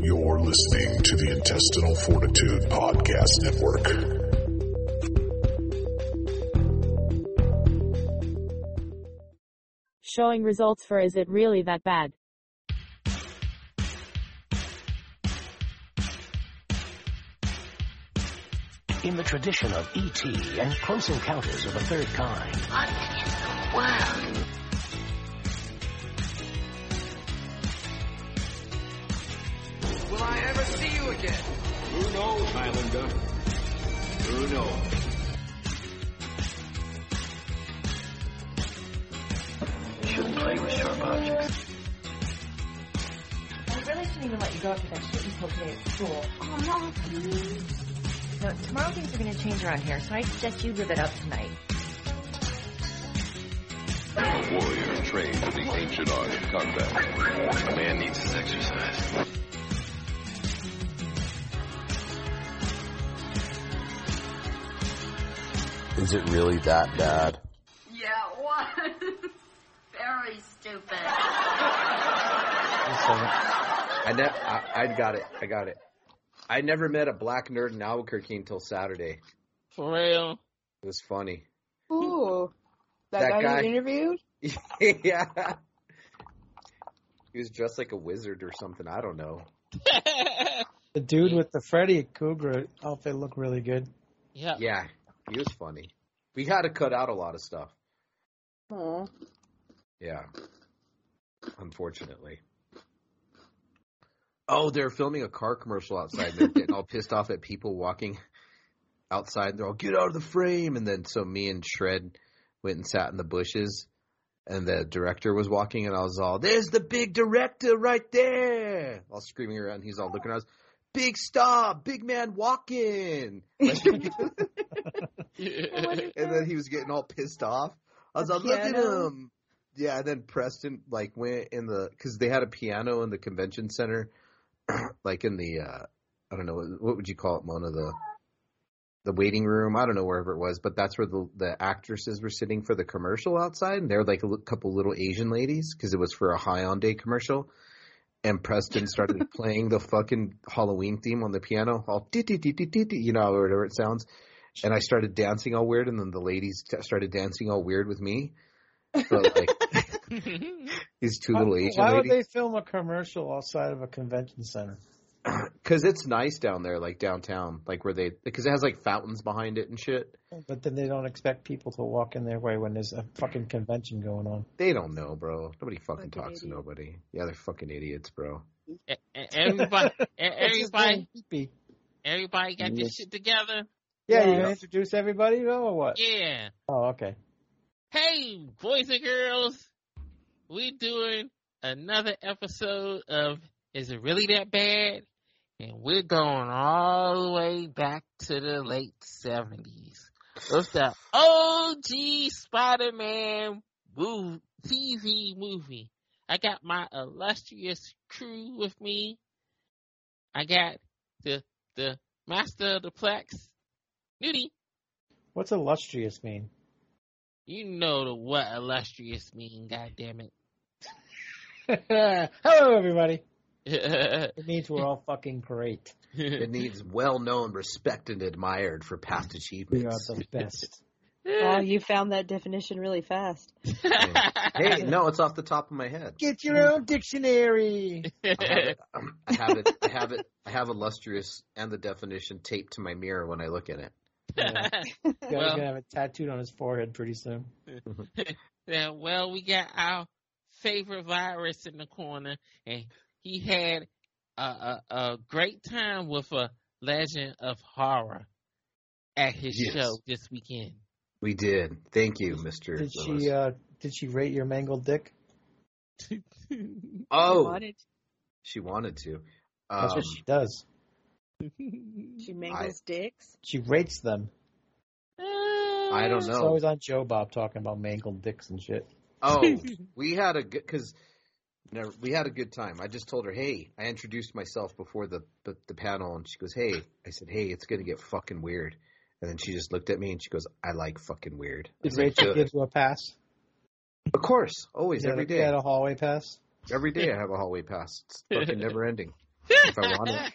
You're listening to the Intestinal Fortitude Podcast Network. showing results for is it really that bad? In the tradition of E.T. and Close Encounters of the Third Kind, Will I ever see you again? Who knows, Highlander? Who knows? Shouldn't play with sharp objects. I really shouldn't even let you go after that shit you pulled today at school. Oh, no. No, tomorrow things are going to change around here, so I suggest you live it up tonight. A warrior trained in the ancient art of combat. A man needs his exercise. Is it really that bad? Yeah, it was. Very stupid. I, ne- I I got it. I got it. I never met a black nerd in Albuquerque until Saturday. For real. It was funny. Ooh, that, That guy, guy. you interviewed? yeah. He was dressed like a wizard or something. I don't know. The dude with the Freddy Cougar outfit looked really good. yeah. Yeah, he was funny. We had to cut out a lot of stuff. Oh, Yeah. Unfortunately. Oh, they're filming a car commercial outside. They're getting all pissed off at people walking outside. They're all, get out of the frame. And then so me and Shred went and sat in the bushes. And the director was walking, and I was all, there's the big director right there. All screaming around. He's all looking at us. Big star, big man walking. and then he was getting all pissed off. I was The like, look at piano. him. Yeah, and then Preston like went in the because they had a piano in the convention center, like in the uh I don't know what would you call it, Mona the the waiting room. I don't know wherever it was, but that's where the the actresses were sitting for the commercial outside, and they were like a li- couple little Asian ladies because it was for a high on day commercial. And Preston started playing the fucking Halloween theme on the piano, all dee dee dee dee dee, dee, you know, or whatever it sounds and I started dancing all weird, and then the ladies t- started dancing all weird with me. So like these two little Asian Why would ladies, they film a commercial outside of a convention center? because it's nice down there, like downtown, like where they because it has like fountains behind it and shit. But then they don't expect people to walk in their way when there's a fucking convention going on. They don't know, bro. Nobody fucking Fucking talks to idiot. nobody. Yeah, they're fucking idiots, bro. E- e- everybody, e- It's just everybody, being hippie. everybody got this shit together. Yeah, Yeah. you gonna introduce everybody though, or what? Yeah. Oh, okay. Hey, boys and girls, we doing another episode of Is It Really That Bad? And we're going all the way back to the late seventies with the OG Spider-Man move, TV movie. I got my illustrious crew with me. I got the the master of the plex, Nudie. What's illustrious mean? You know the what illustrious mean, goddammit. Hello, everybody. it. It means we're all fucking great. It needs well known, respected, and admired for past We are achievements. the best. wow, Oh, you found that definition really fast. hey, no, it's off the top of my head. Get your own dictionary. I have it. um, I have it. I have it. I have illustrious and the definition taped to my mirror when I look at it. Yeah. Guy's Well- gonna have it tattooed on his forehead pretty soon. Yeah, well, we got our favorite virus in the corner, and he had a, a, a great time with a legend of horror at his Yes. show this weekend. We did. Thank you, Mr. Did Lewis. she? uh Did she rate your mangled dick? oh, She wanted- she wanted to. That's Um, what she does. she mangles dicks. She rates them. Um, I don't It's know. always on Joe Bob talking about mangled dicks and shit. Oh, we had a good because we had a good time. I just told her, "Hey," I introduced myself before the the, the panel, and she goes, "Hey," I said, "Hey, it's gonna get fucking weird." And then she just looked at me and she goes, "I like fucking weird." I Did said, Rachel "Good." give you a pass? Of course, always, You had every a- day. you had a hallway pass. Every day I have a hallway pass. It's fucking never ending. if I want it.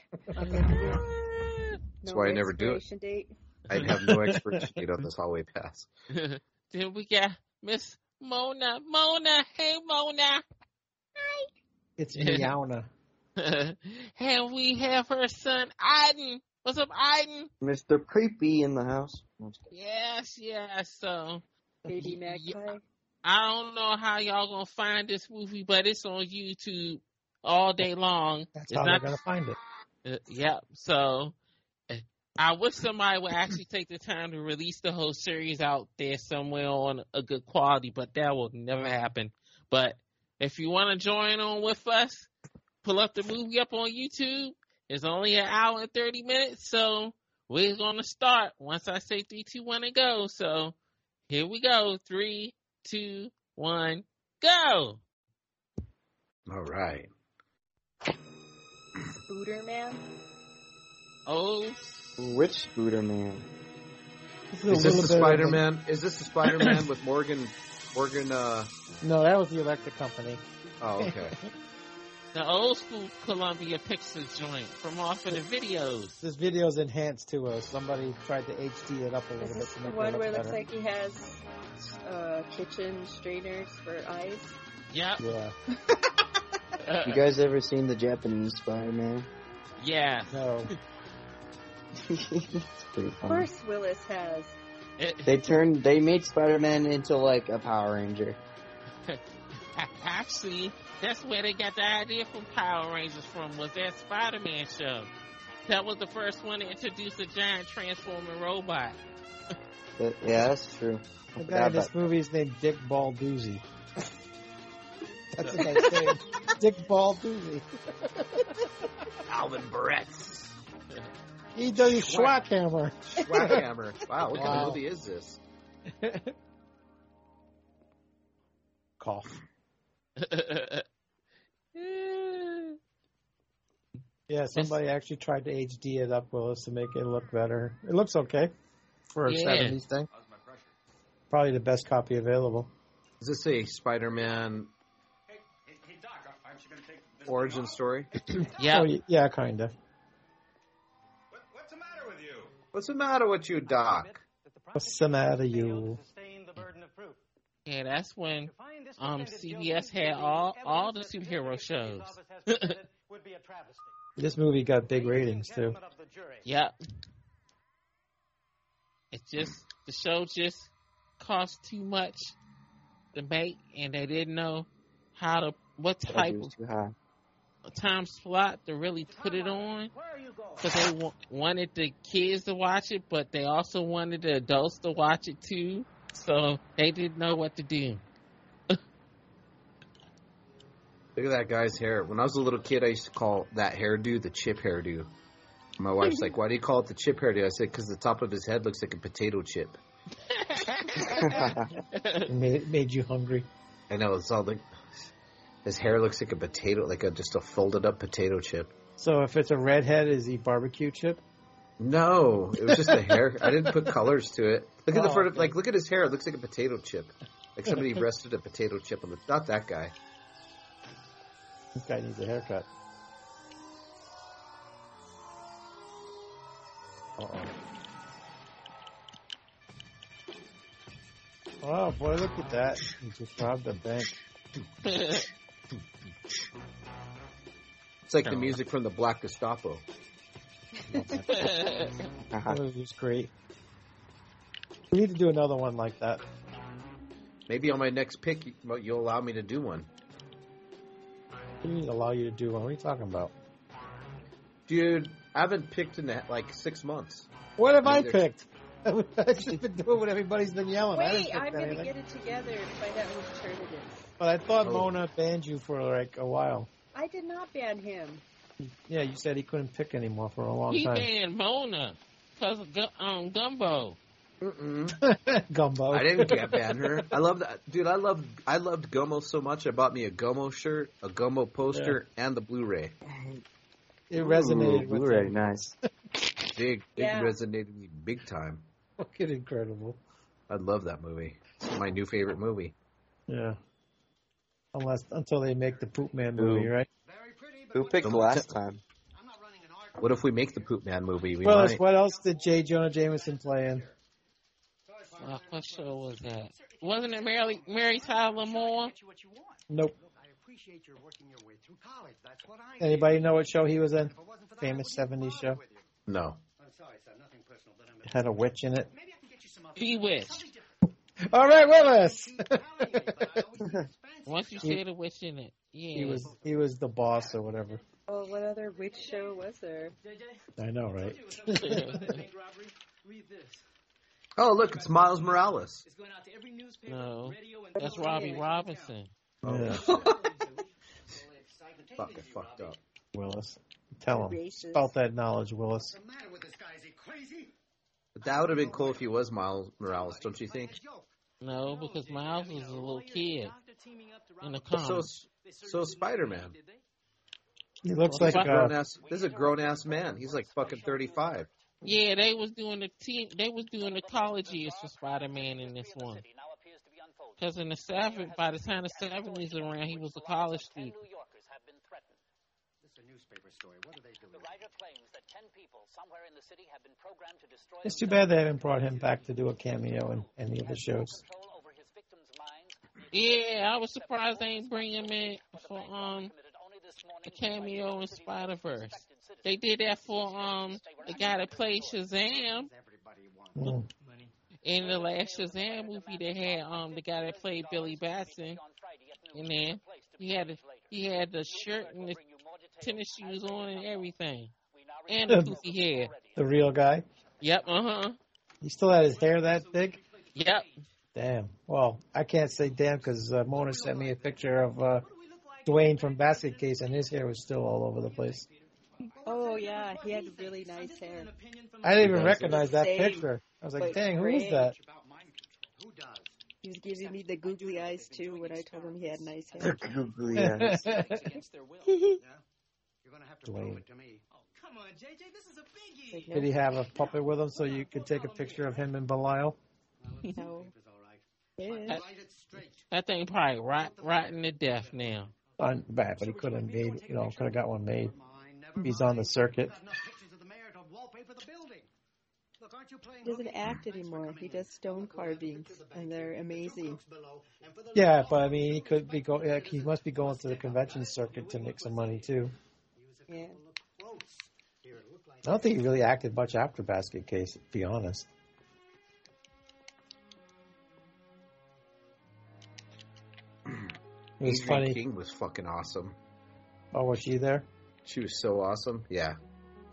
That's why I never do it. Date. I have no expiration date on this hallway pass. then we got Miss Mona. Mona, hey Mona. Hi. It's Miaona. and we have her son Aiden. What's up, Aiden? Mr. Creepy in the house. Yes, yes. So Katie Magpie. I don't know how y'all gonna find this movie, but it's on YouTube all day long. That's it's how they're gonna find it. Uh, yeah. So uh, I wish somebody would actually take the time to release the whole series out there somewhere on a good quality, but that will never happen. But if you want to join on with us, pull up the movie up on YouTube. It's only an hour and thirty minutes, so we're gonna start once I say three, two, one, and go. So here we go. Three, two, one, go. All right. Booter Man. Oh, Which Booter Man? Is this the Spider Man? Is this the Spider Man with Morgan? Morgan? Uh... No, that was the electric company. Oh, okay. the old school Columbia Pictures joint from off of the videos. This video's enhanced to us. Somebody tried to HD it up a little Is bit. this to the make one look where it looks better. like he has uh, kitchen strainers for eyes? Um. Yep. Yeah. Uh, You guys ever seen the Japanese Spider Man? yeah. No. it's pretty Of funny. course, Willis has. It, They turned. They made Spider Man into like a Power Ranger. actually, that's where they got the idea from Power Rangers from was that Spider Man show. That was the first one to introduce a giant transforming robot. But, yeah, that's true. I The guy forgot in this about- movie is named Dick Balduzzi. That's what I say. Dick Balduzzi. Alvin Barrett's E.W. Schwackhammer. Schwackhammer. Wow, what kind of Wow. movie is this? Cough. Yeah, somebody actually tried to HD it up, Willis, to make it look better. It looks okay for a Yeah. 70s thing. Probably the best copy available. Is this a Spider Man origin story? yeah. Oh, y- yeah, kind of. What's the matter with you, Doc? What's the matter, you? Yeah, that's when um CBS had all all the superhero shows. This movie got big ratings, too. Yep. It just the show just cost too much to make, and they didn't know how to what type It was too high. of time slot to really put it on. Because they wa- wanted the kids to watch it, but they also wanted the adults to watch it too. So they didn't know what to do. Look at that guy's hair. When I was a little kid, I used to call that hairdo the chip hairdo. My wife's like, "Why do you call it the chip hairdo?" I said, "Because the top of his head looks like a potato chip." It made, it made you hungry. I know it's all like his hair looks like a potato, like a just a folded up potato chip. So if it's a redhead, is he barbecue chip? No, it was just the hair. I didn't put colors to it. Look at the Oh, front of okay. like look at his hair. It looks like a potato chip. Like somebody rested a potato chip on the. Not that guy. This guy needs a haircut. Uh-oh. Oh boy, look at that! He just robbed the bank. It's like Oh. the music from the Black Gestapo. Ah. Uh-huh. That was great. We need to do another one like that. Maybe on my next pick, you- you'll allow me to do one. We need to allow you to do one. What are you talking about? Dude, I haven't picked in that like six months. What have I Neither. picked? I've just been doing what everybody's been yelling. I didn't Wait, pick I'm going to anything. get it together and find out whose turn it is. But I thought Oh. Mona banned you for like a while. I did not ban him. Yeah, you said he couldn't pick anymore for a long he time. banned Mona because of gu- um, Gumbo. Mm-mm. Gumbo. I didn't get ban her. I love that, dude. I love I loved Gomo so much. I bought me a Gomo shirt, a Gomo poster, and the Blu-ray. It resonated Ooh, with Blu-ray, him. nice. Big, Yeah. it resonated with me big time. Fucking incredible. I love that movie. It's my new favorite movie. Yeah. Unless until they make the Poop Man movie, Ooh. right? Who picked last time? What if we make the Poop Man movie? We Willis, might. what else did J. Jonah Jameson play in? Uh, what show was that? Wasn't it Mary, Mary Tyler Moore? Nope. Appreciate your working your way through college. That's what I. Anybody know what show he was in? Famous 70s show. No. I'm sorry, son. Nothing personal, but I'm. It had a witch in it. Maybe I can get you some other. Bewitched. All right, Willis. Once you He- said a witch in it, yeah. he was he was the boss or whatever. Oh, what other witch show was there? I know, right? Read this. Oh, look, it's Miles Morales. It's going out to every newspaper. no, that's Robbie Robinson. Yeah. Oh, Fucking fucked up. Willis, tell him. Spout that knowledge, Willis. But that would have been cool if he was Miles Morales, don't you think? No, because Miles was a little kid in the So, comics. so Spider Man. He looks This like is a grown uh, ass. This is a grown ass man. He's like fucking thirty five. Yeah, they was doing the team. They was doing the college years for Spider Man in this one. Because in the seven, by the time the seventies around, he was a college student. It's a newspaper story. What are they doing? it's too bad they haven't brought him back to do a cameo in any of the shows. Yeah, I was surprised they ain't bring him in for um a cameo in Spider Verse. They did that for um the guy that played Shazam Mm. in the last Shazam movie. They had um the guy that played Billy Batson, and then he had a, he had the shirt and the tennis shoes on and everything, and the poofy hair. The real guy. Yep, uh huh. He still had his hair that thick. Yep. Damn. Well, I can't say damn because uh, Mona sent me a picture of uh, Dwayne from Basket Case, and his hair was still all over the place. Oh yeah, he had really nice hair. I didn't even recognize that Same. picture. I was like, Like, dang, who is great. that? He was giving me the googly eyes too when I told him he had nice hair. Googly eyes. Did Dwayne. Come on, JJ, this is a biggie. Like, he have a puppet with him so you could take a picture of him and Belial? No. Yeah. I, I think probably rot, rotten to death now. On bad, but he could have made, you know, could have got one made. He's on the circuit. He doesn't act anymore. He does stone carvings, and they're amazing. Yeah, but I mean, he could be go. Like, he must be going to the convention circuit to make some money too. Yeah. I don't think he really acted much after Basket Case, to be honest. It was Evening funny. King was fucking awesome. Oh, was she there? She was so awesome. Yeah,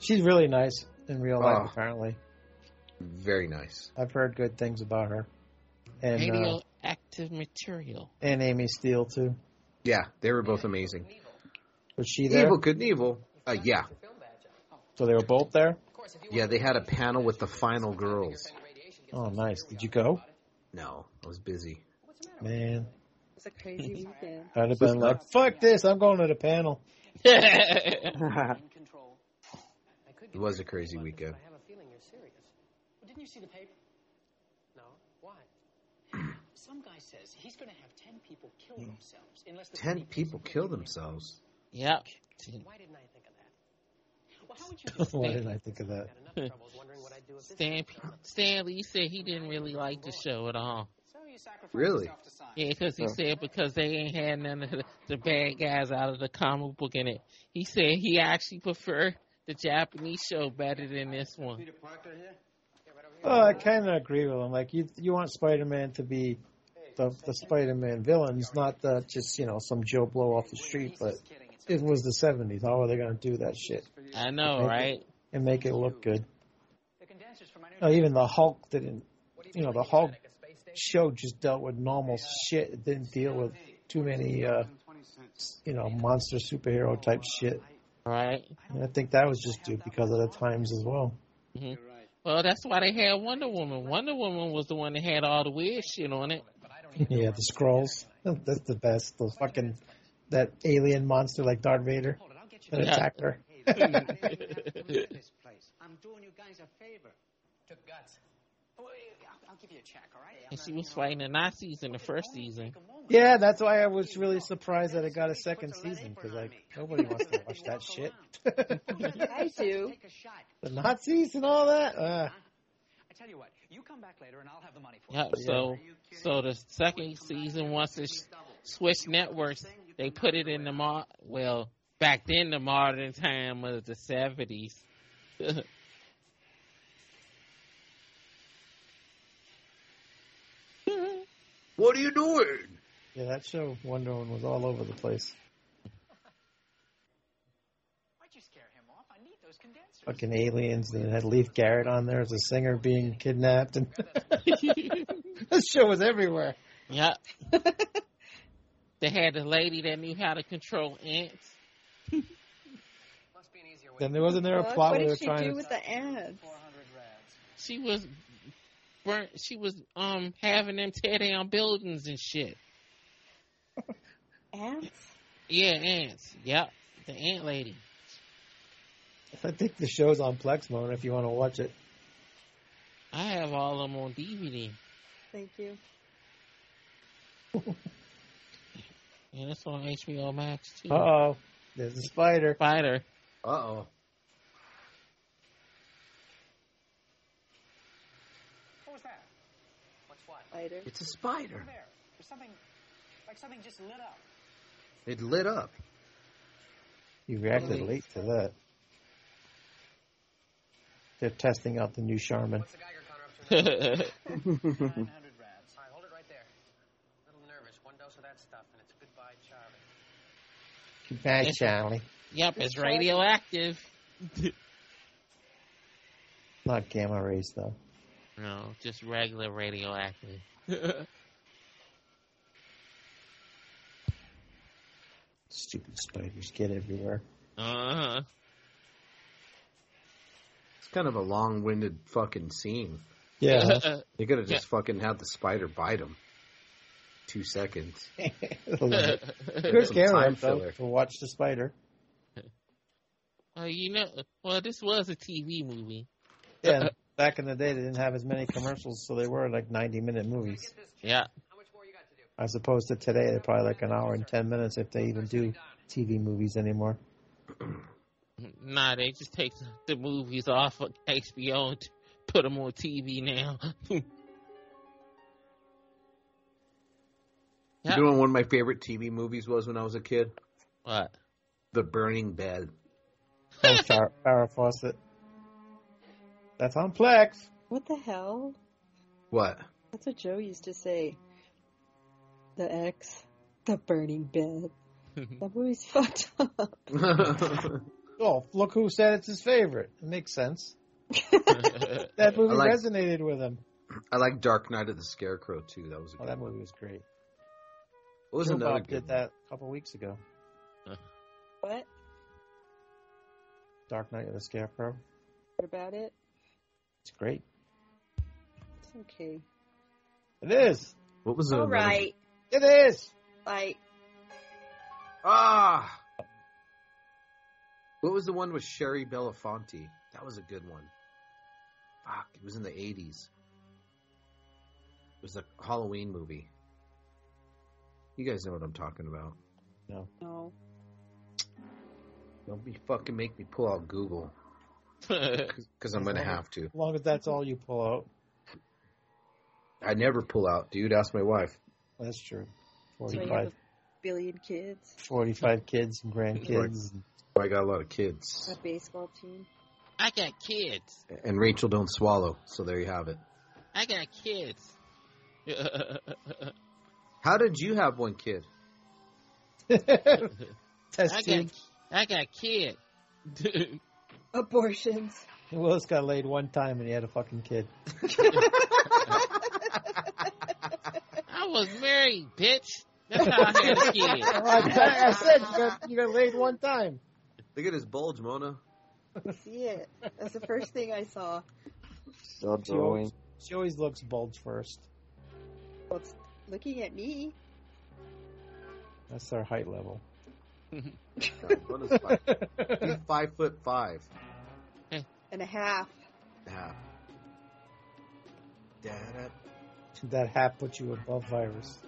She's really nice in real life, Oh. apparently. very nice. I've heard good things about her. And uh, Radioactive material. and Amy Steele, too. Yeah, they were both amazing. Was she there? Evil Knievel. Uh, yeah, So they were both there? yeah. They had a panel with the final girls. Oh, nice. Did you go? No, I was busy. Man, It's a crazy weekend. I'd have been like, fuck this, I'm going to the panel. yeah, It was a crazy weekend. I have a feeling you're serious. Well, didn't you see the paper? No. Why? Some guy says he's going to have ten people kill Hmm. themselves unless the Ten city police people put killed them in. themselves. Yep. Why didn't I think of that? Well, how would you do Why it? didn't I think of that? Had enough troubles wondering what I'd do if this Stan, was done. Stanley, you said he didn't really like the show at all. So you sacrifice Really? yourself to science. Yeah, because he said because they ain't had none of the, the bad guys out of the comic book in it. He said he actually preferred the Japanese show better than this one. Peter Parker here? Yeah, right over here. Well, Oh, I kind of agree with him. Like, you you want Spider Man to be the, the Spider Man villains, not the, just, you know, some Joe Blow off the street, but Just kidding. It's it was the 70s. How are they going to do that shit I know, right? and make it look good? the condensers from my new No, even the Hulk didn't. You know, the Hulk show just dealt with normal shit. It didn't deal with too many, uh, you know, monster superhero type shit. Right. And I think that was just due because of the times as well. hmm Well, that's why they had Wonder Woman. Wonder Woman was the one that had all the weird shit on it. yeah, the scrolls. That's the best. The fucking that alien monster like Darth Vader that Yeah. attacked her. Hey, look, I didn't even have to leave this place. I'm doing you guys a favor. Took guts. I'll give you a check, all right? And she was fighting the Nazis in the first season. Yeah, that's why I was really surprised that it got a second season because like nobody wants to watch that shit. I do. The Nazis and all that. Uh, I tell you what, you come back later and I'll have the money for Yep. you. So, so the second season once it switched networks, they put it in the mo- well back then the modern time was the seventies. What are you doing? yeah, that show Wonder Woman was all over the place. Why'd you scare him off? I need those condensers. Fucking aliens and it had Leaf Garrett on there as a singer being kidnapped and this show was everywhere. Yep. they had a lady that knew how to control ants. Then there wasn't there a What? plot what where they were did she trying do to with the ads? She was burnt. She was um having them tear down buildings and shit. Ads? Yeah, ants. Yep, the ant lady. I think the show's on Plex Mode if you want to watch it. I have all of them on DVD, Thank you. and it's on HBO Max too. Uh oh. There's a spider. Spider. Uh oh. What was that? What's what? Spider. It's a spider. Over there. There's something, like something just lit up. It lit up. You reacted Really? late to that. They're testing out the new Charmin. What's the Geiger counter up to That's now? 900 rads. All right, hold it right there. A little nervous. One dose of that stuff, and it's goodbye, Charlie. Goodbye, Charlie. Yep, it's radioactive. Not gamma rays though. No, just regular radioactive. Stupid spiders get everywhere. Uh-huh. It's kind of a long-winded fucking scene. Yeah. They could have just fucking had the spider bite him. Two seconds. Good Some camera time though filler. to watch the spider. Uh, you know, well, this was a TV movie. Yeah. and Back in the day, they didn't have as many commercials, so they were like 90 minute movies. Yeah. As opposed to today, they're probably like an hour and 10 minutes if they even do TV movies anymore. Nah, they just take the movies off of HBO and put them on TV now. Yeah. You know what one of my favorite TV movies was when I was a kid? what? The Burning Bed. Oh, Char- Farrah Fawcett. That's on Plex. What the hell? What? That's what Joe used to say. The X, the burning bed. That movie's fucked up. I Oh, look who said it's his favorite. It makes sense. That movie I like- resonated with him. like Dark Knight of the Scarecrow too. That was a Oh, good that one. movie was great. What was Joe another Bob good did that a couple weeks ago. What? Dark Knight of the Scarecrow. What about it? It's great. It's okay. It is. one? What was All another- right. It is. Like, Ah! What was the one with Sherry Belafonte? That was a good one. Fuck, it was in the 80s. It was a Halloween movie. You guys know what I'm talking about. No. Don't be fucking make me pull out Google because I'm gonna have to. As long as that's all you pull out. I never pull out, dude. Ask my wife. That's true. So you have 45, a billion kids, 45 kids and grandkids. I got a lot of kids, a baseball team. I got kids. and Rachel don't swallow. So there you have it. I got kids. How did you have one kid? I Test got, tube. I got kids. Abortions. Willis got laid one time and he had a fucking kid. I was married, bitch. That's how I had a kid. Oh, I, I said you got, you got laid one time. Look at his bulge, Mona. See it. That's the first thing I saw. Still She always, drawing. she always looks bulge first. Well, it's looking at me. That's their height level. God, Mona's five. He's five foot five. And a half. Yeah. That hat puts you above virus.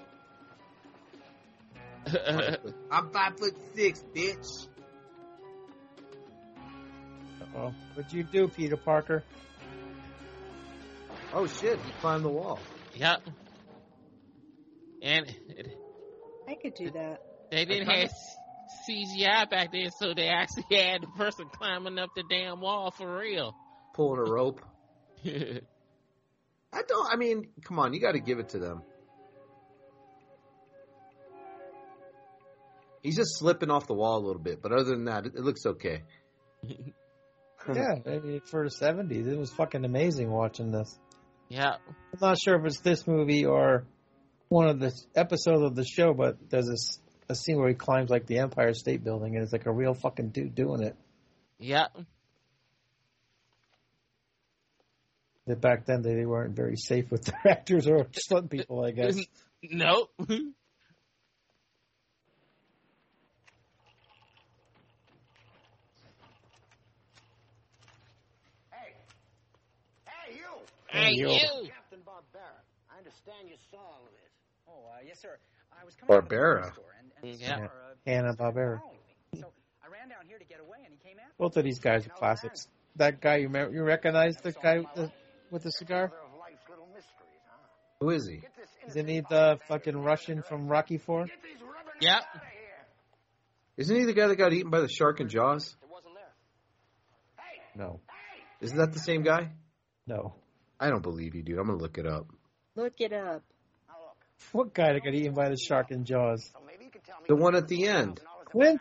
I'm five foot six, bitch. Oh, what'd you do, Peter Parker? Oh shit! He climbed the wall. Yep. And it, I could do that. they didn't have CGI back then, so they actually had the person climbing up the damn wall for real. Pulling a rope. I don't. I mean, come on, you got to give it to them. He's just slipping off the wall a little bit, but other than that, it, it looks okay. yeah, I mean, for the seventies, it was fucking amazing watching this. Yeah. I'm not sure if it's this movie or one of the episodes of the show, but there's this a scene where he climbs like the Empire State Building, and it's like a real fucking dude doing it. Yeah. That back then they weren't very safe with their actors or stunt people, I guess. Nope. Hey, you. Captain Barbera. I understand you saw all of this. Oh, uh, yes, sir. I was coming out Barbera. of the store and, and Yeah. saw, uh, Hanna Barbera. following me. So I ran down here to get away, and he came after Both of these guys are classics. That guy, you remember, you recognize the guy with- with the cigar? life's little mysteries, huh? Who is he? Isn't he the fucking Russian from Rocky Four? Yeah. Isn't he the guy that got eaten by the shark in Jaws? No, Isn't that the same guy? no. I don't believe you, dude. I'm gonna look it up. Look it up. What guy that got eaten by the shark in Jaws? The one at the end. Quint.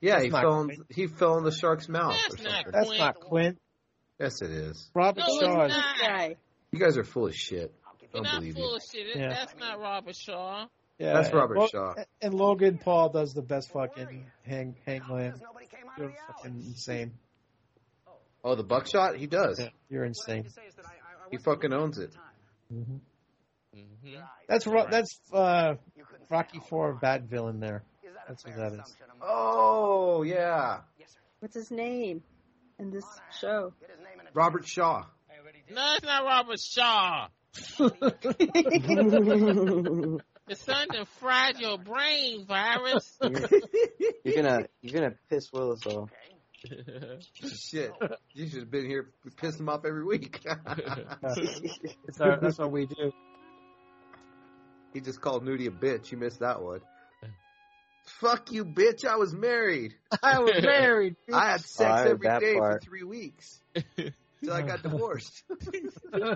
Yeah, That's he not fell. In, he fell in the shark's mouth. or That's not something. That's not Quint. Yes, it is. Robert No, it's Shaw. is- not. Guy. You guys are full of shit. You're Don't not believe full you. of shit. It- Yeah. That's not Robert Shaw. Yeah, That's and Robert Lo- Shaw. And Logan Paul does the best fucking hang hangman. You're fucking insane. Oh, the buckshot. He does. You're insane. He fucking owns it. hmm Mm-hmm. That's ro- that's uh, Rocky Four bad villain there. That's what that is. Oh yeah, What's his name in this show? Robert Shaw. No, it's not Robert Shaw. The sun done fried your brain, virus. You're gonna you're gonna piss Willis off. Shit, you should have been here pissing him off every week. It's our, that's what we do. he just called Nudie a bitch. You missed that one. Fuck you, bitch. I was married. I was married. I had sex I heard every that day part. for three weeks until I got divorced. Oh,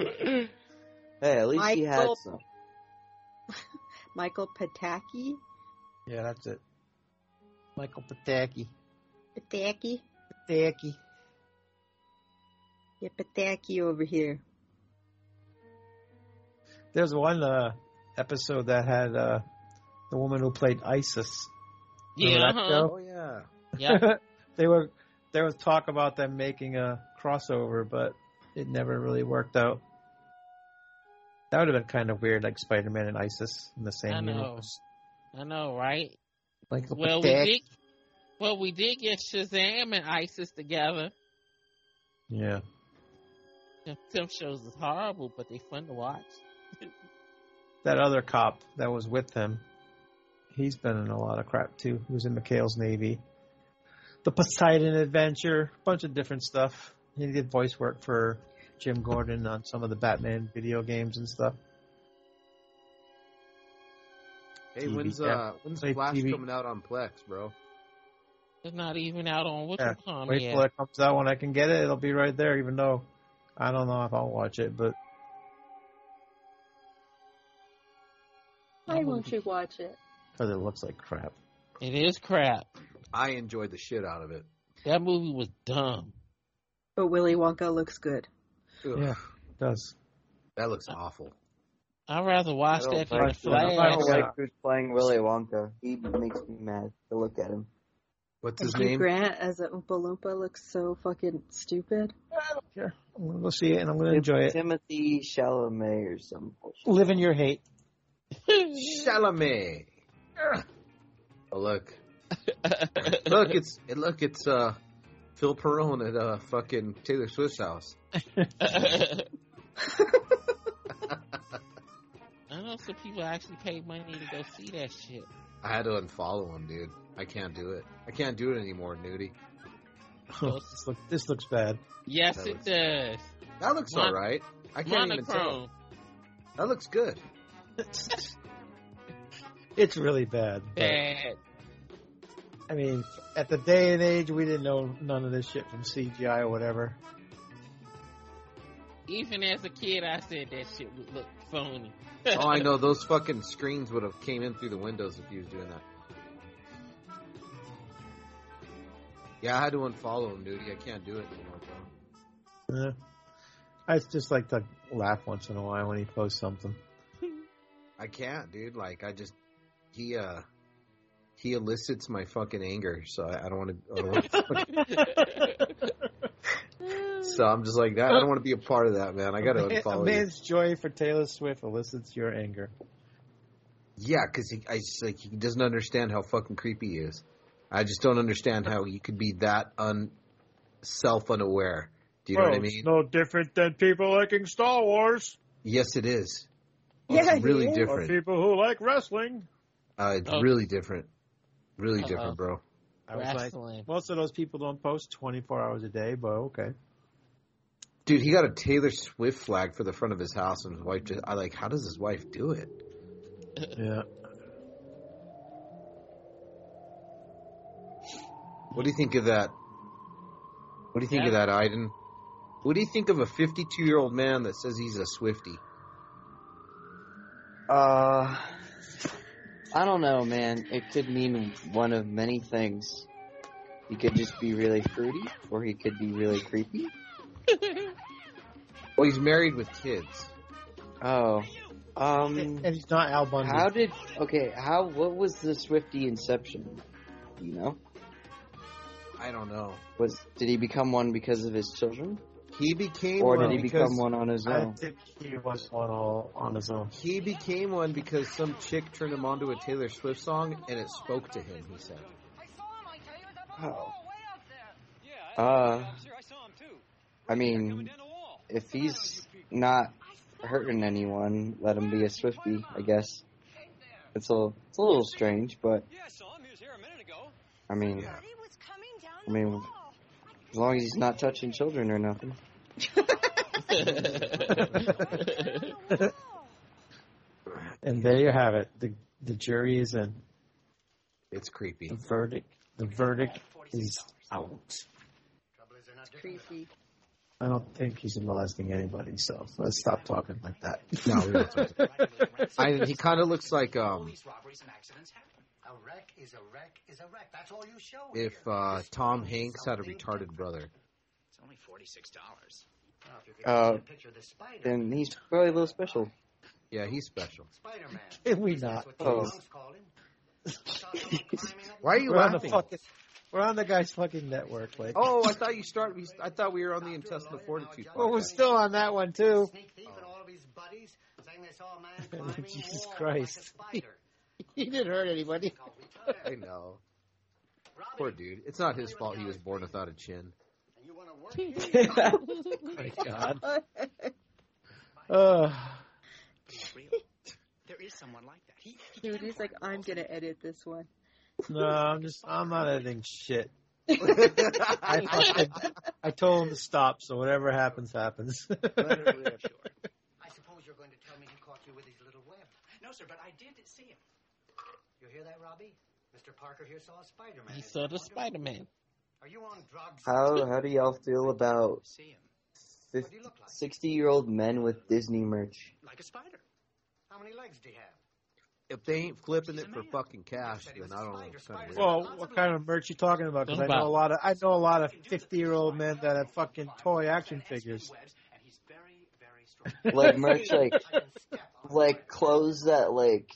Hey, at least he had Michael- some. Michael Pataki? Yeah, that's it. Michael Pataki. Pataki? Pataki. Yeah, Pataki over here. There's one uh, episode that had uh, the woman who played ISIS. yeah, Remember that uh-huh. Oh yeah. yeah. they were there was talk about them making a crossover, but it never really worked out. That would have been kind of weird, like Spider Man and ISIS in the same I know. universe. I know, right? Like the Well, we Patek. did. Well, we did get Shazam and ISIS together. Yeah, Them them shows is horrible, but they fun to watch. that other cop that was with them, he's been in a lot of crap too. He was in McHale's Navy, the Poseidon Adventure, bunch of different stuff. He did voice work for Jim Gordon on some of the Batman video games and stuff. Hey, TV, when's yeah. uh when's Play Flash TV. coming out on Plex, bro? It's not even out on what Oh, Yeah, you call Wait me till yet. it comes out when I can get it. It'll be right there, even though I don't know if I'll watch it, but Why won't you watch it? because it looks like crap. It is crap. I enjoyed the shit out of it. That movie was dumb. But Willy Wonka looks good. Ugh, Yeah. It does. That looks awful. I'd rather watch I that don't than the like, that. I Flash. don't Yeah. like who's playing Willy Wonka. He makes me mad to look at him. What's And his Hugh name? Grant as a Oompa Loompa looks so fucking stupid. I don't care. I'm gonna go see it and I'm gonna enjoy it. Timothy Chalamet or some bullshit. Live in your hate. Chalamet. Oh look, look, it's it, look, it's uh Phil Perone at uh fucking Taylor Swift's house. of people actually paid money to go see that shit. I had to unfollow him, dude. I can't do it. I can't do it anymore, nudie. this, look, this looks bad. Yes, that it looks, does. That looks Mon- all right. I can't monochrome. even tell. That looks good. it's really bad. Bad. I mean, at the day and age, we didn't know none of this shit from CGI or whatever. Even as a kid, I said that shit would look phony. oh, I know those fucking screens would have came in through the windows if he was doing that. Yeah, I had to unfollow him, dude. I can't do it anymore, bro. Yeah. I just like to laugh once in a while when he posts something. I can't, dude. Like, I just he uh he elicits my fucking anger, so I, I don't want to. so I'm just like that. I don't want to be a part of that, man. I got to unfollow. A man's you. joy for Taylor Swift elicits your anger. Yeah, because I just like he doesn't understand how fucking creepy he is. I just don't understand how you could be that un self unaware. Do you Bro, know what I mean? It's no different than people liking Star Wars. Yes, it is. It's yeah, really yeah. different. Or people who like wrestling. Uh, it's oh. really different. Really Uh-oh. different, bro. I was wrestling. like, most of those people don't post 24 hours a day, but okay. Dude, he got a Taylor Swift flag for the front of his house, and his wife just, I like, how does his wife do it? yeah. What do you think of that? What do you think yeah. of that, Iden? What do you think of a 52 year old man that says he's a Swifty? Uh, I don't know, man. It could mean one of many things. He could just be really fruity, or he could be really creepy. well, he's married with kids. Oh. Um, and he's not Al Bundy. How did okay? How what was the Swifty inception? You know, I don't know. Was did he become one because of his children? He became or did he become one on his own? I think he was one all on his own. He became one because some chick turned him onto a Taylor Swift song and it spoke to him. He said. Oh. Uh, I mean, if he's not hurting anyone, let him be a Swifty, I guess. It's a, it's a little strange, but. I mean, I mean, as long as he's not touching children or nothing. and there you have it. The the jury is in. It's creepy. The verdict the verdict is out. It's creepy. I don't think he's molesting anybody, so let's stop talking like that. No, I, he kind of looks like um. If uh, Tom Hanks had a retarded brother. It's only forty-six dollars. Uh, then he's probably a little special. Yeah, he's special. Can we not? Oh. Why are you we're laughing? On fucking, we're on the guy's fucking network, like. Oh, I thought you started. We, I thought we were on the intestinal fortitude. Well, we're still on that one too. Oh. Jesus Christ! he didn't hurt anybody. I know. Poor dude. It's not his fault he was born without a chin. My God. Uh. There is someone like that. Dude, he's like, I'm gonna edit this one. No, I'm just, I'm not editing shit. I, I, I told him to stop, so whatever happens, happens. I suppose you're going to tell me he caught you with his little web. No, sir, but I did see him. You hear that, Robbie? Mr. Parker here saw a Spider-Man. He saw the Spider-Man. Are you on drugs? How how do y'all feel about 50, 60 year old men with Disney merch? Like a spider. How many legs do you have? If they ain't flipping it for fucking cash, then I don't know. What kind of well, what kind of merch you talking about? Because I know a lot of I know a lot of fifty year old men that have fucking toy action figures. like merch, like like clothes that like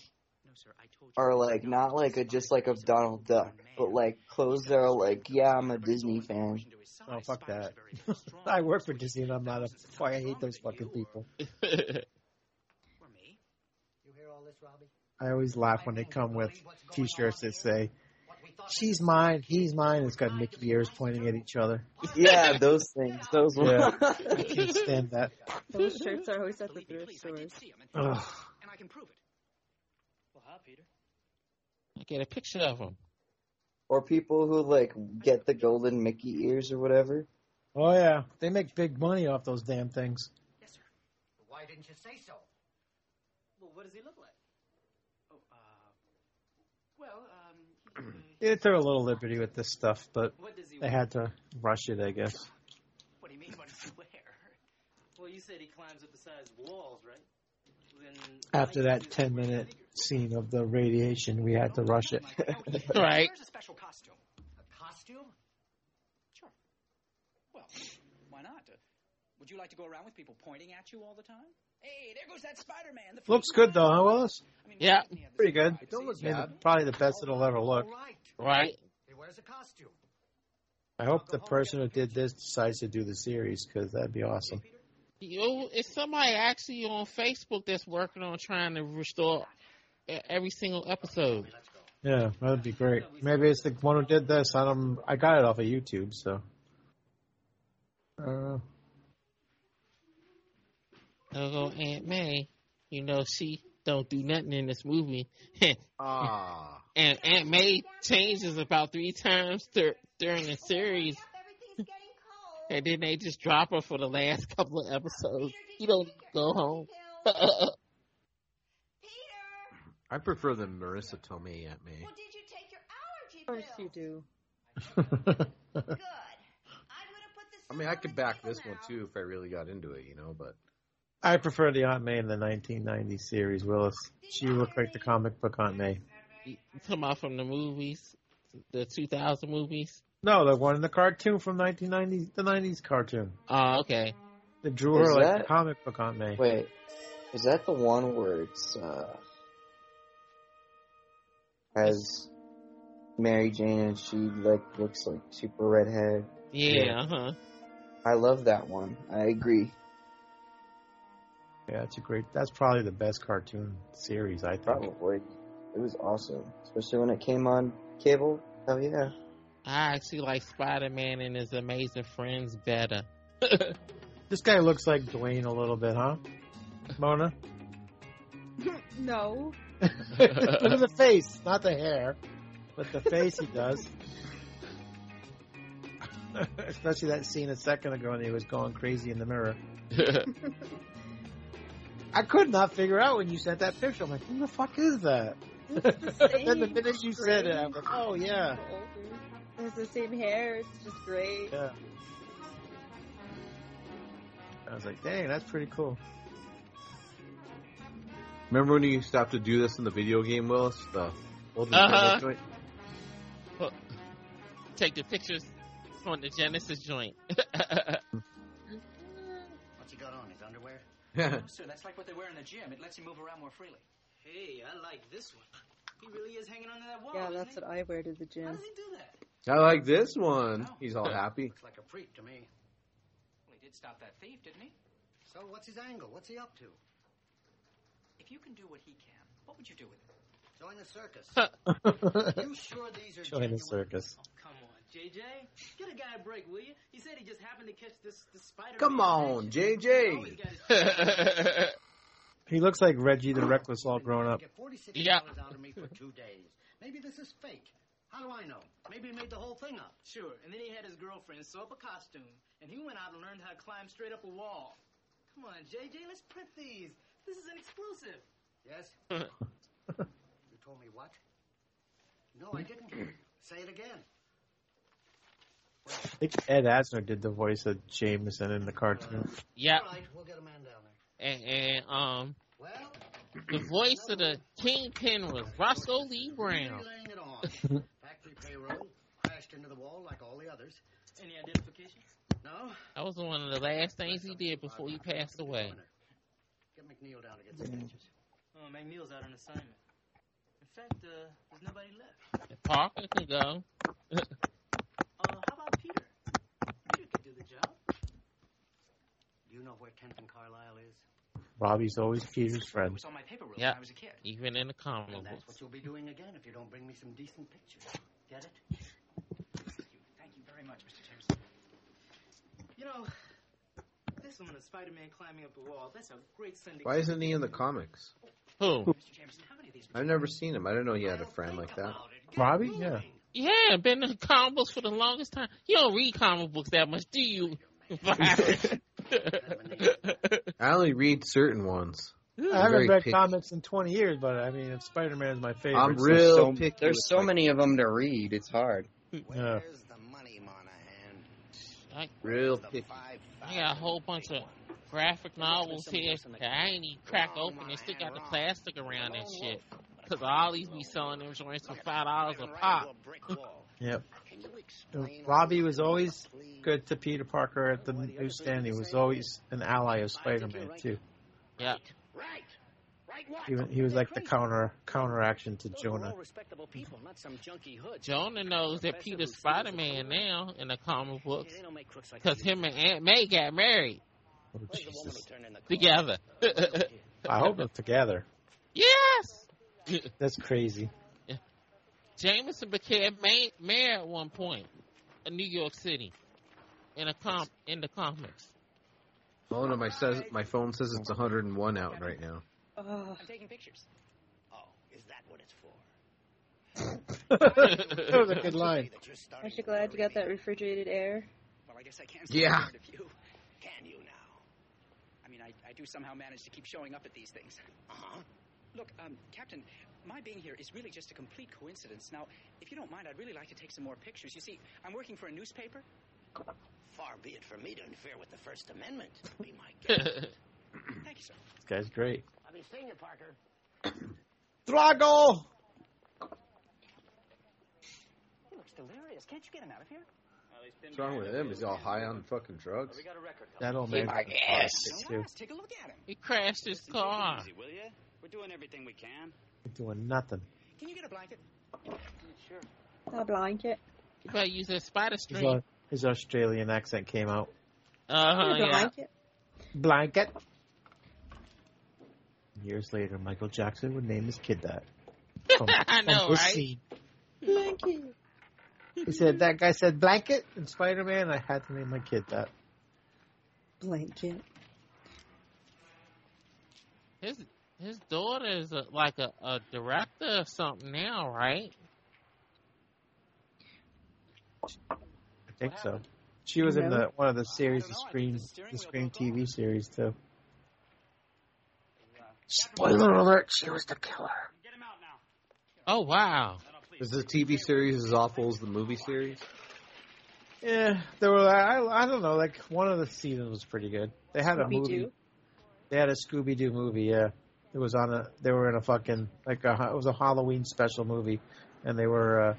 are like not like a just like of Donald Duck, but like clothes that are like, yeah, I'm a Disney fan. Oh fuck that! I work for Disney, and I'm not a. Fuck, I hate those fucking people. I always laugh when they come with T-shirts that say, "She's mine, he's mine." It's got Mickey ears pointing at each other. Yeah, those things. Those ones. Yeah. I can't stand that. Those shirts are always at the thrift stores. Ugh. And I can prove it. to get a picture of him. Or people who like get the golden Mickey ears or whatever. Oh yeah, they make big money off those damn things. Yes, sir. Why didn't you say so? Well, what does he look like? Oh, uh, well, um, They took a little liberty with this stuff, but What does he they want? had to rush it, I guess. What do you mean? What does he wear? Well, you said he climbs up the sides of walls, right? Then After that ten minute scene of the radiation, we had to rush it. Right. There's a special costume. A costume? Sure. Well, why not? Uh, would you like to go around with people pointing at you all the time? Hey, there goes that Spider-Man. The Looks good though, huh, Willis? Yeah. Pretty good. It don't look Maybe- bad. Probably the best it'll ever look. Right. He wears a costume. I hope the person who did this decides to do the series because that'd be awesome. You, it's somebody actually on Facebook that's working on trying to restore e- every single episode. Yeah, that'd be great. Maybe it's the one who did this. I don't. I got it off of YouTube, so. I don't know. Although Aunt May, you know, she don't do nothing in this movie. Ah. and Aunt May changes about three times dur- during the series. And then they just drop her for the last couple of episodes. You don't go home. I prefer the Marissa Tomei at me. Of course you do. I mean, I could back this one too if I really got into it, you know. But I prefer the Aunt May in the 1990 series, Willis. She looked like the comic book Aunt May. Come out from the movies, the 2000 movies. No, the one in the cartoon from 1990s, the 90s cartoon. Oh, okay. They drew her Is like the that- comic book Aunt May. Wait, is that the one where it's uh, has Mary Jane and she like looks like super redhead? Yeah, uh huh. I love that one. I agree. Yeah, it's a great. That's probably the best cartoon series I think. Probably. It was awesome, especially when it came on cable. Hell yeah. I actually like Spider Man and his amazing friends better. This guy looks like Dwayne a little bit, huh? Mona, no. look at the face, not the hair, but the face he does. Especially that scene a second ago when he was going crazy in the mirror. I could not figure out when you sent that picture. I'm like, who the fuck is that? then the minute you said it, I'm like, oh yeah, It has the same hair. It's just great. yeah. I was like, dang, that's pretty cool. remember when you stopped to do this in the video game, Willis? The old Uh-huh. Nintendo joint? Take the pictures from the Genesis joint. What's he got on? His underwear? Yeah. No, sir, that's like what they wear in the gym. It lets you move around more freely. Hey, I like this one. He really is hanging onto that wall. Yeah, isn't that's he? what I wear to the How gym. does he do that? I like this one. He's all happy. Looks like a freak to me. Well, he did stop that thief, didn't he? So what's his angle? What's he up to? If you can do what he can, what would you do with it? Join the circus. Join you sure these are the genuine? circus. Oh, Come on, JJ. Get a guy a break, will you? He said he just happened to catch this, this spider. Come on, JJ. He looks like Reggie the Reckless all grown up. Get forty-six Yeah. dollars out of me for two days. Maybe this is fake. How do I know? Maybe he made the whole thing up. Sure, and then he had his girlfriend sew up a costume, and he went out and learned how to climb straight up a wall. Come on, JJ, let's print these. This is an exclusive. Yes. You told me what? No, I didn't. Say it again. I think Ed Asner did the voice of Jameson in the cartoon. yeah, All right, we'll get a man down there. and, and um, Well, the voice of the kingpin was Russell Lee Brown. really laying it on. Factory payroll crashed into the wall like all the others. Any identification? No. That was one of the last things he did before he passed away. Get McNeil down to get some pictures. Oh, McNeil's out on assignment. In fact, uh, there's nobody left. Parker can go. Uh, how about Peter? Peter could do the job. Do you know where 10th and Carlisle is? Robbie's always Peter's It friend. was on my paper route Yeah. when I was a kid. Even in the comic And that's books. what you'll be doing again if you don't bring me some decent pictures. Get it? Thank you very much, Mr. Jameson. You know, this one of Spider-Man climbing up a wall, that's a great syndicate. Why isn't he in the comics? Who? I've never seen him. I don't know he had a friend like that. Robbie? Yeah. Yeah, been in comic books for the longest time. You don't read comic books that much, do you? I only read certain ones. I haven't read comics in 20 years, but I mean, Spider Man's my favorite. I'm so- real so- picky. There's so many of them to read. It's hard. Yeah. I, Real picky. I got a whole bunch of graphic novels here that I ain't even crack open. They still got the plastic around that shit. Because all these be selling them joints for five dollars a pop. Yep. Robbie was always good to Peter Parker at the newsstand. He was always an ally of Spider Man too. Yeah. He, wa- he was like the counter counteraction to Jonah. Respectable people, not some junky hood. Jonah knows that Peter's Spider Man now in the comic books They don't make crooks like because him and Aunt May got married Oh, Where's the woman who Jesus. turned in the car? together. I hope they're together. yes! That's crazy. Jameson became ma- mayor at one point in New York City in a comp in the comics. Oh no, my says my phone says it's 101 out right now. Uh, I'm taking pictures. Oh, is that what it's for? that was a good line. aren't you glad you got that refrigerated air? Well, I guess I can't Yeah. it if you. Can you now? I mean, I, I do somehow manage to keep showing up at these things. Uh-huh. Look, um, Captain, my being here is really just a complete coincidence. Now, if you don't mind, I'd really like to take some more pictures. You see, I'm working for a newspaper. Far be it from me to interfere with the First Amendment. Be my Thank you, sir. This guy's great. I'll be seeing you, Parker. Drago. He looks delirious. Can't you get him out of here? What's wrong with him? He's all high on fucking drugs. That old Keep man. my ass. Too. Take a look at him. He crashed his car. Easy, will you? We're doing everything we can. Doing nothing. Can you get a blanket? Sure. A blanket. You better use that spider His, string. Au- his Australian accent came out. Uh Oh, huh. a Yeah. blanket. Blanket. Years later, Michael Jackson would name his kid that. From, I know, from this right? scene. Blanket. He said that guy said blanket and Spider Man. I had to name my kid that. Blanket. His his daughter is a, like a, a director or something now, right? I think so. She was in the one of the series, the Scream, the Scream TV series too. Uh, Spoiler alert: She was the killer. Oh wow. Is the TV series as awful as the movie series? Yeah, there were. I, I don't know. Like one of the seasons was pretty good. They had a movie. Scooby-Doo? They had a Scooby Doo movie. Yeah, it was on a. They were in a fucking like a. It was a Halloween special movie, and they were uh,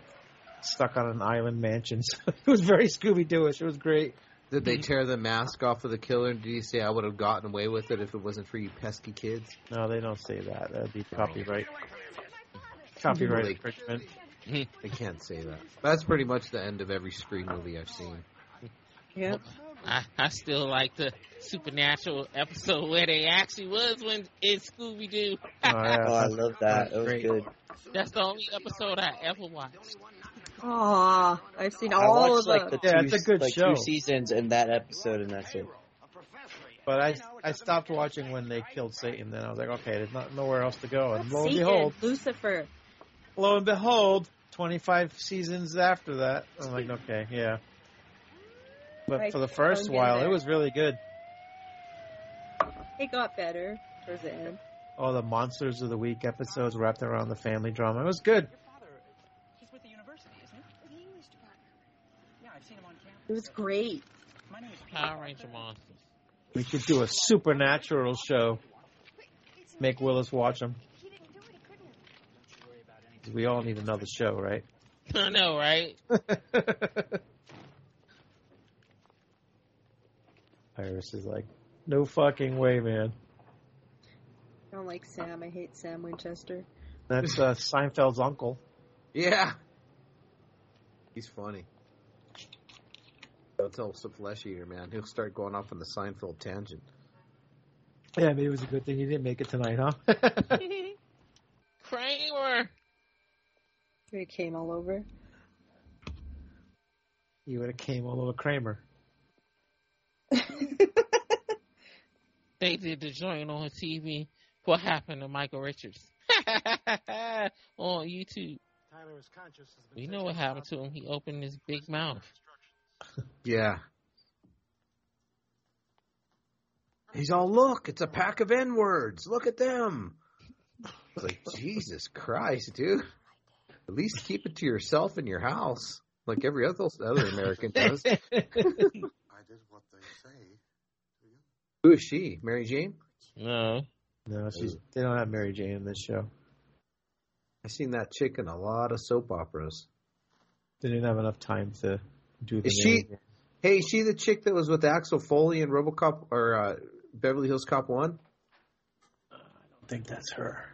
stuck on an island mansion. So it was very Scooby Dooish. It was great. Did they tear the mask off of the killer? Did he say I would have gotten away with it if it wasn't for you pesky kids? No, they don't say that. That'd be copyright. Copyright Like- infringement. They can't say that. That's pretty much the end of every Scream movie I've seen. Yep. I, I still like the supernatural episode where they actually was when in Scooby Doo. Oh, yeah. Oh, I love that. It was Great. good. That's the only episode I ever watched. Aw, I've seen I all watched of like them. the two, Yeah, it's a good like show. two seasons and that episode, and that's it. But I I stopped watching when they killed Satan. Then I was like, okay, there's not nowhere else to go. And lo and Satan, behold, Lucifer. lo and behold, 25 seasons after that, I'm like, okay, yeah. But Like, for the first don't get while, there. it was really good. It got better towards the end. All the monsters of the week episodes wrapped around the family drama. It was good. Your father, he's with the university, isn't he? Yeah, I've seen him on campus. It was great. My name is Peter Power Parker. Ranger monsters. We should do a supernatural show. Make Willis watch them. We all need another show, right? I know, right? Iris is like, no fucking way, man. I don't like Sam. I hate Sam Winchester. That's uh, Seinfeld's uncle. Yeah. He's funny. Don't tell some flesh eater, man. He'll start going off on the Seinfeld tangent. Yeah, maybe it was a good thing he didn't make it tonight, huh? Kramer. It came all over. you would have came all over Kramer. They did the joint on TV what happened to Michael Richards on YouTube. We know what happened to him. He opened his big mouth. Yeah. He's all, look, it's a pack of N words. Look at them. It's like, Jesus Christ, dude. At least keep it to yourself in your house, like every other, other American does. Who is she? Mary Jane? No. No, she's, they don't have Mary Jane in this show. I've seen that chick in a lot of soap operas. They didn't have enough time to do the Is she? Hey, is she the chick that was with Axel Foley in RoboCop or uh, Beverly Hills Cop One? I don't think that's her.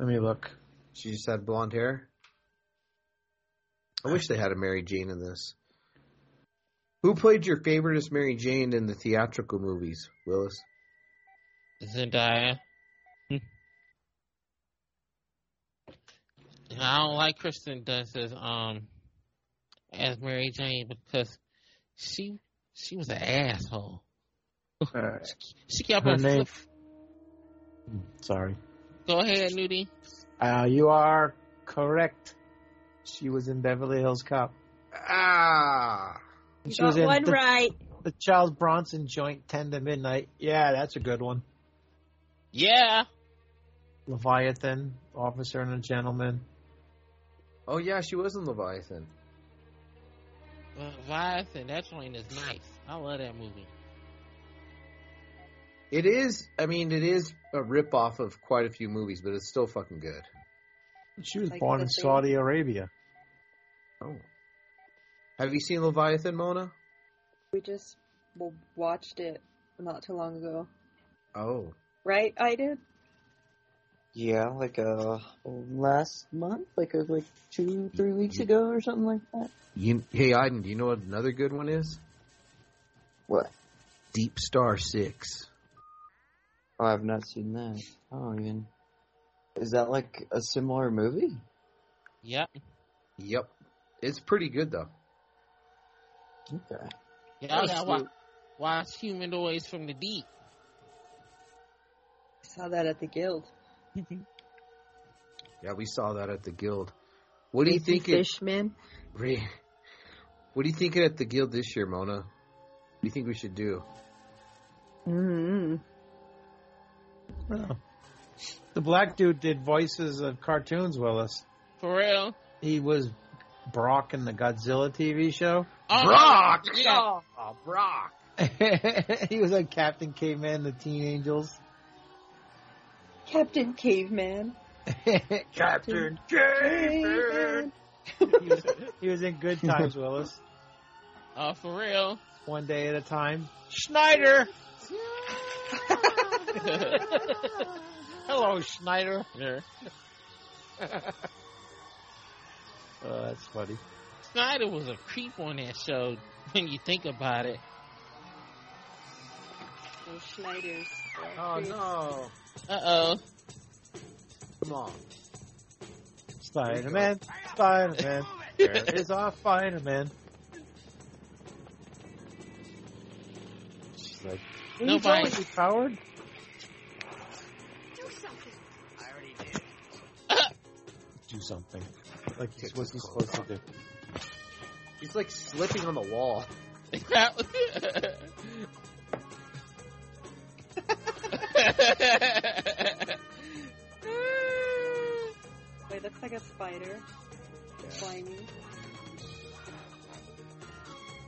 Let me look. She just had blonde hair. I wish they had a Mary Jane in this. Who played your favorite as Mary Jane in the theatrical movies, Willis? Zendaya. Hmm. And I don't like Kristen Dunst as um as Mary Jane because she she was an asshole. Alright. She kept Her her name- flip. Hmm, Sorry. Go ahead, Nudie. Uh, you are correct. She was in Beverly Hills Cop. Ah. She Got was in one the, right. the Charles Bronson joint, 10 to Midnight. Yeah, that's a good one. Yeah. Leviathan, Officer and a Gentleman. Oh yeah, she was in Leviathan. Leviathan, that joint is nice. I love that movie. It is. I mean, it is a rip off of quite a few movies, but it's still fucking good. She was Like born the in thing- Saudi Arabia. Oh. Have you seen Leviathan, Mona? We just w- watched it not too long ago. Oh. Right, I did? Yeah, like uh, last month, like uh, like two, three weeks ago, or something like that. You, hey, Iden, do you know what another good one is? What? Deep Star Six. Oh, I've not seen that. I don't even. Is that like a similar movie? Yep. Yep. It's pretty good though. Okay. Yeah, I Oh, gotta shoot. wa- watch Humanoids from the Deep. I saw that at the Guild. Yeah, we saw that at the Guild. What do you think? it- Fishman? Re- What are you thinking at the Guild this year, Mona? What do you think we should do? Mm-hmm. Oh. The black dude did voices of cartoons, Willis. For real. He was Brock in the Godzilla TV show. Oh, Brock! Yeah. Oh, Brock. he was on Captain Caveman, the Teen Angels. Captain Caveman. Captain Caveman. he, was, he was in Good Times, Willis. Oh, for real. One day at a time. Schneider! Hello, Schneider. Yeah. Oh, that's funny. Snyder was a creep on that show when you think about it. Oh, Schneiders. Oh no. Uh oh. Come on. Spider Man, Spider Man, where is our Spider Man? She's like, Nobody- Nobody. You coward? Do something. I already did. Do something. Like, it's what he's supposed to do. He's like slipping on the wall. That was- Wait, looks like a spider. Slimy.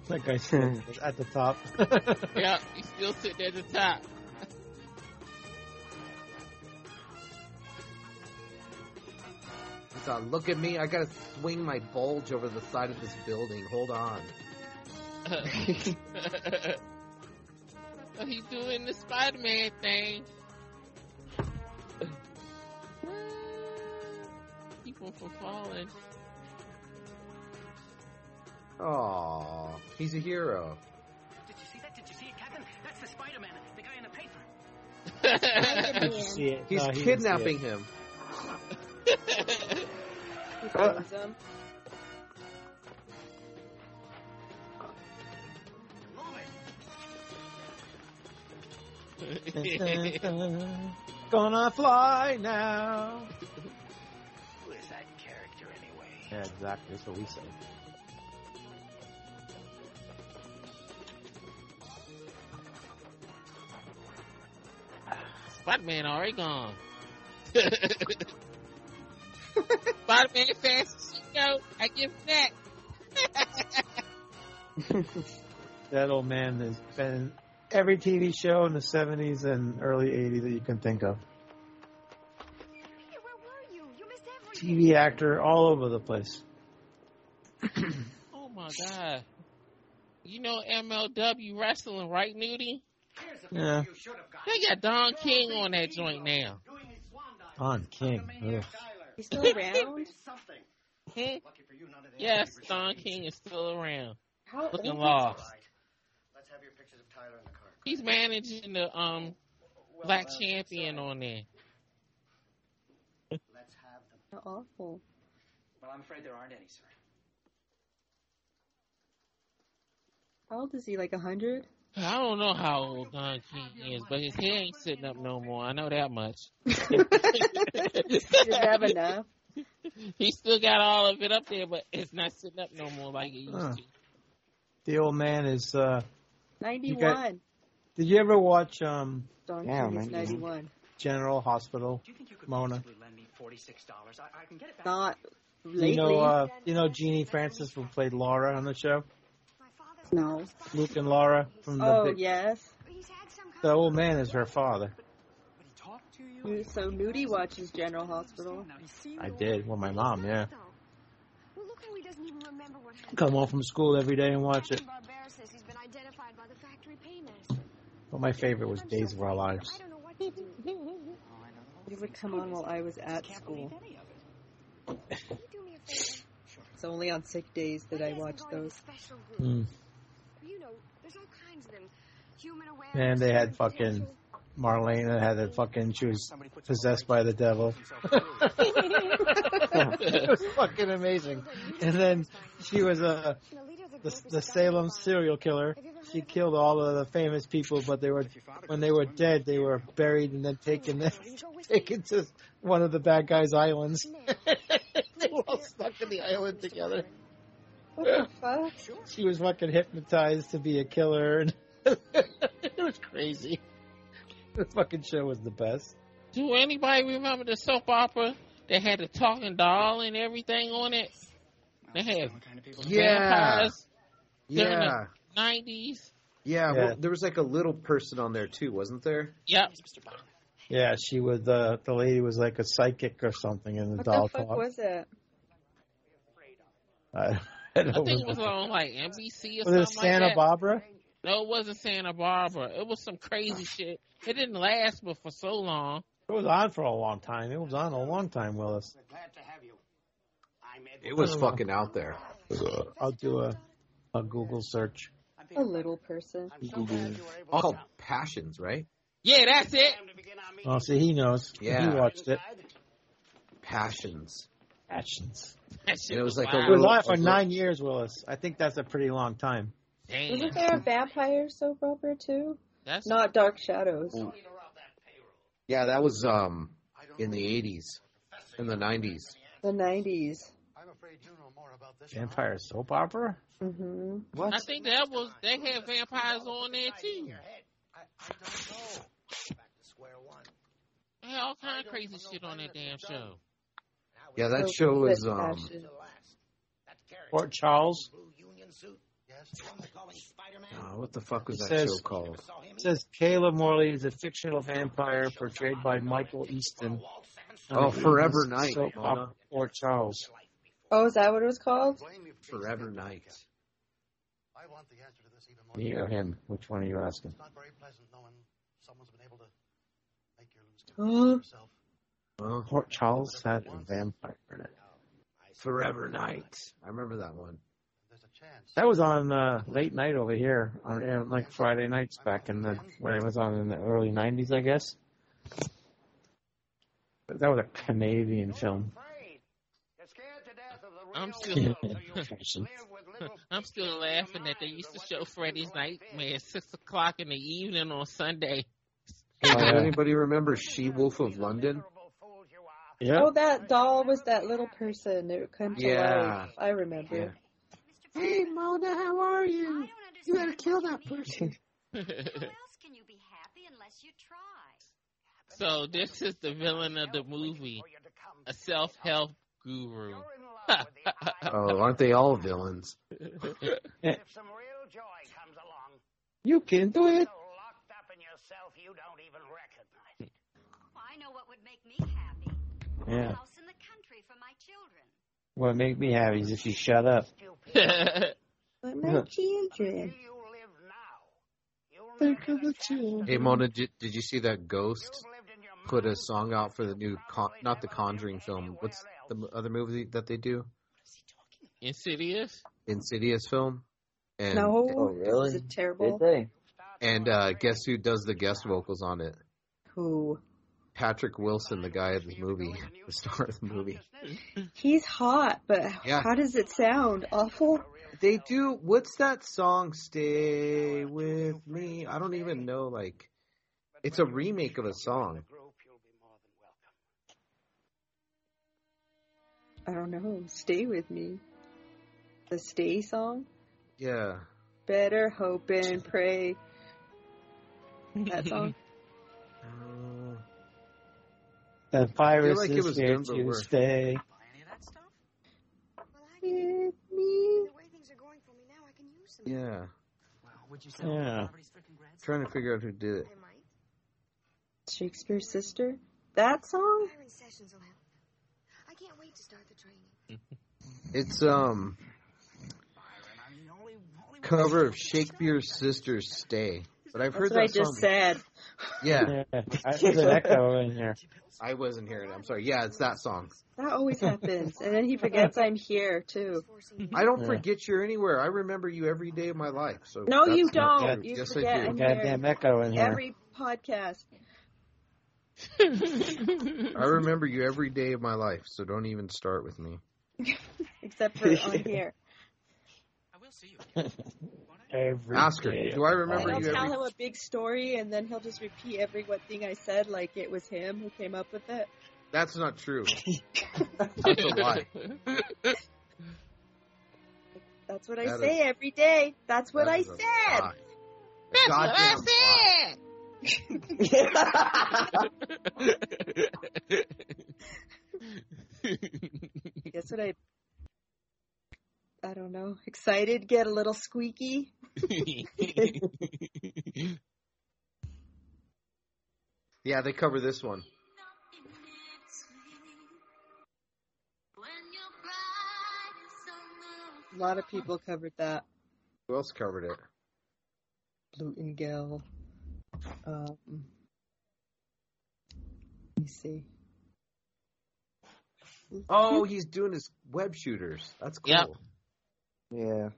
That guy's still at the top. yeah, you still sitting at the top. I thought, look at me. I gotta swing my bulge over the side of this building. Hold on. so he's doing the Spider Man thing. Keep him from falling. Aww. He's a hero. Did you see that? Did you see it, Captain? That's the Spider-Man, the guy in the paper. See it. He's No, he didn't see kidnapping it. him. He owns them. Move it. Dun, dun, dun. Gonna fly now. Who is that character anyway? Yeah, exactly. That's what we said. Spider-Man already gone. Spider-Man fast as she go. I give that. that old man has been in every TV show in the 70s and early 80s that you can think of. Hey, where were you? You missed everything. TV actor all over the place. oh my god. You know MLW wrestling, right, Nudie? Yeah. They got Don King on that joint now. Don King. Ugh. He's still around? Hmm? yes, Don King is still around. How Looking old- lost. Let's have your pictures of Tyler in the car. He's managing the um black champion on there. Let's have them. How awful. Well, I'm afraid there aren't any, sir. How old is he? Like a hundred? I don't know how old Don King is, but his hair ain't sitting up no more. I know that much. Did you have enough? He still got all of it up there, but it's not sitting up no more like it used Huh. to. The old man is. uh Ninety-one. Did you ever watch um Don Yeah, King is 91. ninety-one. General Hospital? Do you think you could Mona. possibly lend me forty-six dollars? I, I can get it back. Not lately. You know, uh, you know Jeannie Francis who played Laura on the show. no. Luke and Laura from the Oh big, yes. the old man is her father. When he talked to you, You- So Nudie watches General Hospital. now you see I did. Well, my mom, yeah. Well, look how he doesn't even remember what happened. Come home from school every day and watch it. Captain Barbera says he's been identified by the factory paymaster. But my favorite was Days of Our I Lives. don't know what to do. It would come on while I was at school. any of it. Can you do me a favor? It's only on sick days that I Maybe watch some kind of those. special Mm. group. You know, there's all kinds of them. Human awareness. And they had human fucking potential. Marlena had that fucking she was possessed by the devil. it was fucking amazing. And then she was uh, And the leader of the the, group is the Scotty Salem Devine. serial killer. She killed all of the famous people, but they were when they were dead, they were buried and then taken taken to one of the bad guys' islands. they were all stuck in the island together. What the fuck? She was fucking hypnotized to be a killer. And it was crazy. The fucking show was the best. Do anybody remember the soap opera that had the talking doll and everything on it? They had Yeah. vampires during Yeah. the 90s. Yeah, Yeah. Well, there was like a little person on there too, wasn't there? Yep. Yeah, she was uh, the lady was like a psychic or something in the What doll the fuck talk. was it? I, I I don't think it was remember. on like NBC or Was it something like Santa that. Barbara? No, it wasn't Santa Barbara. It was some crazy shit. It didn't last but for so long. It was on for a long time. It was on a long time, Willis. Glad to have you. I'm Edward. It was fucking out there. I'll do a a Google search. I'm A being- little person. I'm so glad you were able All to come. passions, right? Yeah, that's it. Time to begin our meeting. Oh, see, he knows. Yeah. He watched it. Passions. Actions. That shit It was like a We were wild. little- live for Okay. nine years, Willis. I think that's a pretty long time. Damn. Isn't there a vampire soap opera too? That's Not Dark Shadows. Yeah, that was um in the eighties. In the nineties. The nineties. I'm afraid you know more about this. than I Vampire soap opera. Mm-hmm. What? I think that was they had vampires on there too. I, I don't know. Back to square one. They had all kind of crazy shit on that damn show. Now Yeah, it's that Soap show that is um passion. the last. That character. Port Charles Blue Union suit. Yes, the one they call him Spider-Man. Oh. uh, what the fuck was that It says- show called? Never saw him It says Kayla Morley is a fictional vampire portrayed by Michael Easton. walk seven steps. Oh, Forever Night, Soap Mona. opera Port Charles. Oh, is that what it was called? Blame you for being Forever skeptical, Night. Captain. I want the answer to this even more. Me or him? Which one are you asking? It's not very pleasant knowing someone's been able to make you lose control Huh? of yourself. Oh, Port Charles had a vampire in it. Forever Night. I remember that one. There's a chance. That was on uh, late night over here on uh, like Friday nights back in the when it was on in the early '90s, I guess. But that was a Canadian film. I'm still Fashion. I'm still laughing that they used to show Freddy's Nightmare at six o'clock in the evening on Sunday. Hey, does anybody remember She Wolf of London? Yeah. Oh, that doll was that little person. It came to Yeah. life. I remember. Yeah. Hey, Mona, how are you? You gotta kill that person. So this is the villain of the movie, a self-help guru. Oh, aren't they all villains? You can do it. Oh, I know what would make me happy. Yeah. A house in the country for my children. What make me happy is if you shut up. But my children. Think of the children. Hey, Mona, did, did you see that Ghost put a song out for the new, con- not the Conjuring film? What's the m- other movie that they do? Insidious. Insidious film. And, no, Oh, really? Is it terrible? Did they? And uh, guess who does the guest vocals on it? Who? Patrick Wilson, the guy of the movie, the star of the movie. He's hot, but Yeah. how does it sound? Awful. They do. What's that song? Stay with me. I don't even know. Like, it's a remake of a song. I don't know. Stay with me. The stay song. Yeah. Better hope and pray. That song. Uh, The virus like it is was here done, but to worse. stay. With me. The way things are going for me now, I can use them. yeah. Would you sell the Yeah. properties for congrats? Trying to figure out who did it. I might. Shakespeare's sister. That song. Hiring sessions will help. I can't wait to start the training. It's um Byron, I mean, only, only cover of Shakespeare's sister's Stay. But I've heard That's what I that song. just said. Yeah, Yeah. I, there's an echo in here. I wasn't hearing it. I'm sorry. Yeah, it's that song. That always happens, and then he forgets I'm here too. I don't Yeah. forget you're anywhere. I remember you every day of my life. So No, that's you not don't. true. You yes, forget I do. and- Goddamn echo in here. Every podcast. I remember you every day of my life. So don't even start with me. Except for on here. I will see you again. won't I? Every Ask her. day Do I of remember And my I'll you life. tell every- him a big story, and then he'll just repeat every what thing I said, like it was him who came up with it. That's not true. That's a lie. That's what I That say every day. That's what That I is a said. lie. A That's what I goddamn lie. said. Guess what I? I don't know. Excited, get a little squeaky. Yeah, they cover this one. A lot of people covered that. Who else covered it? Blutengel. Um, let me see. Oh, he's doing his web shooters. That's cool. Yep. Yeah.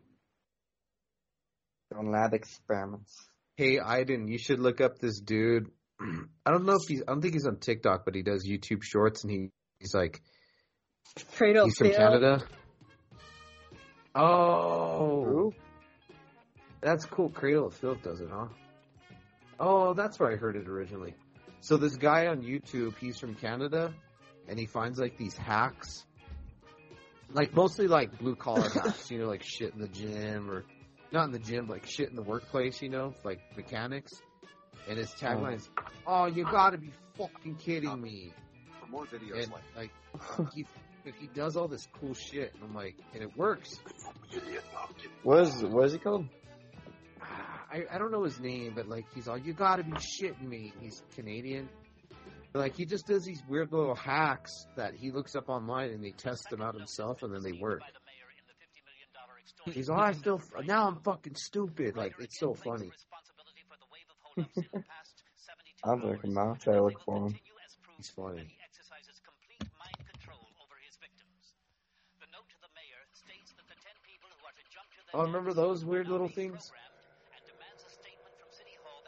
On lab experiments. Hey, Iden, you should look up this dude. I don't know if he's. I don't think he's on TikTok, but he does YouTube Shorts, and he he's like Cradle he's from Phil. Canada. Oh, that's cool. Cradle of Filth does it, huh? Oh, that's where I heard it originally. So this guy on YouTube, he's from Canada, and he finds like these hacks, like mostly like blue collar hacks, you know, like shit in the gym or not in the gym, like shit in the workplace, you know, like mechanics. And his tagline is, "Oh, you gotta be fucking kidding me!" For more videos And like he he does all this cool shit, and I'm like, and it works. What is what is it called? Ah, I, I don't know his name, but like he's all you gotta be shitting me. He's Canadian. But, like he just does these weird little hacks that he looks up online and they test them out himself and then they work. He's all I feel now I'm fucking stupid. Like it's so funny. I'll look him up. I look for him. He's funny. Oh, remember those weird little things?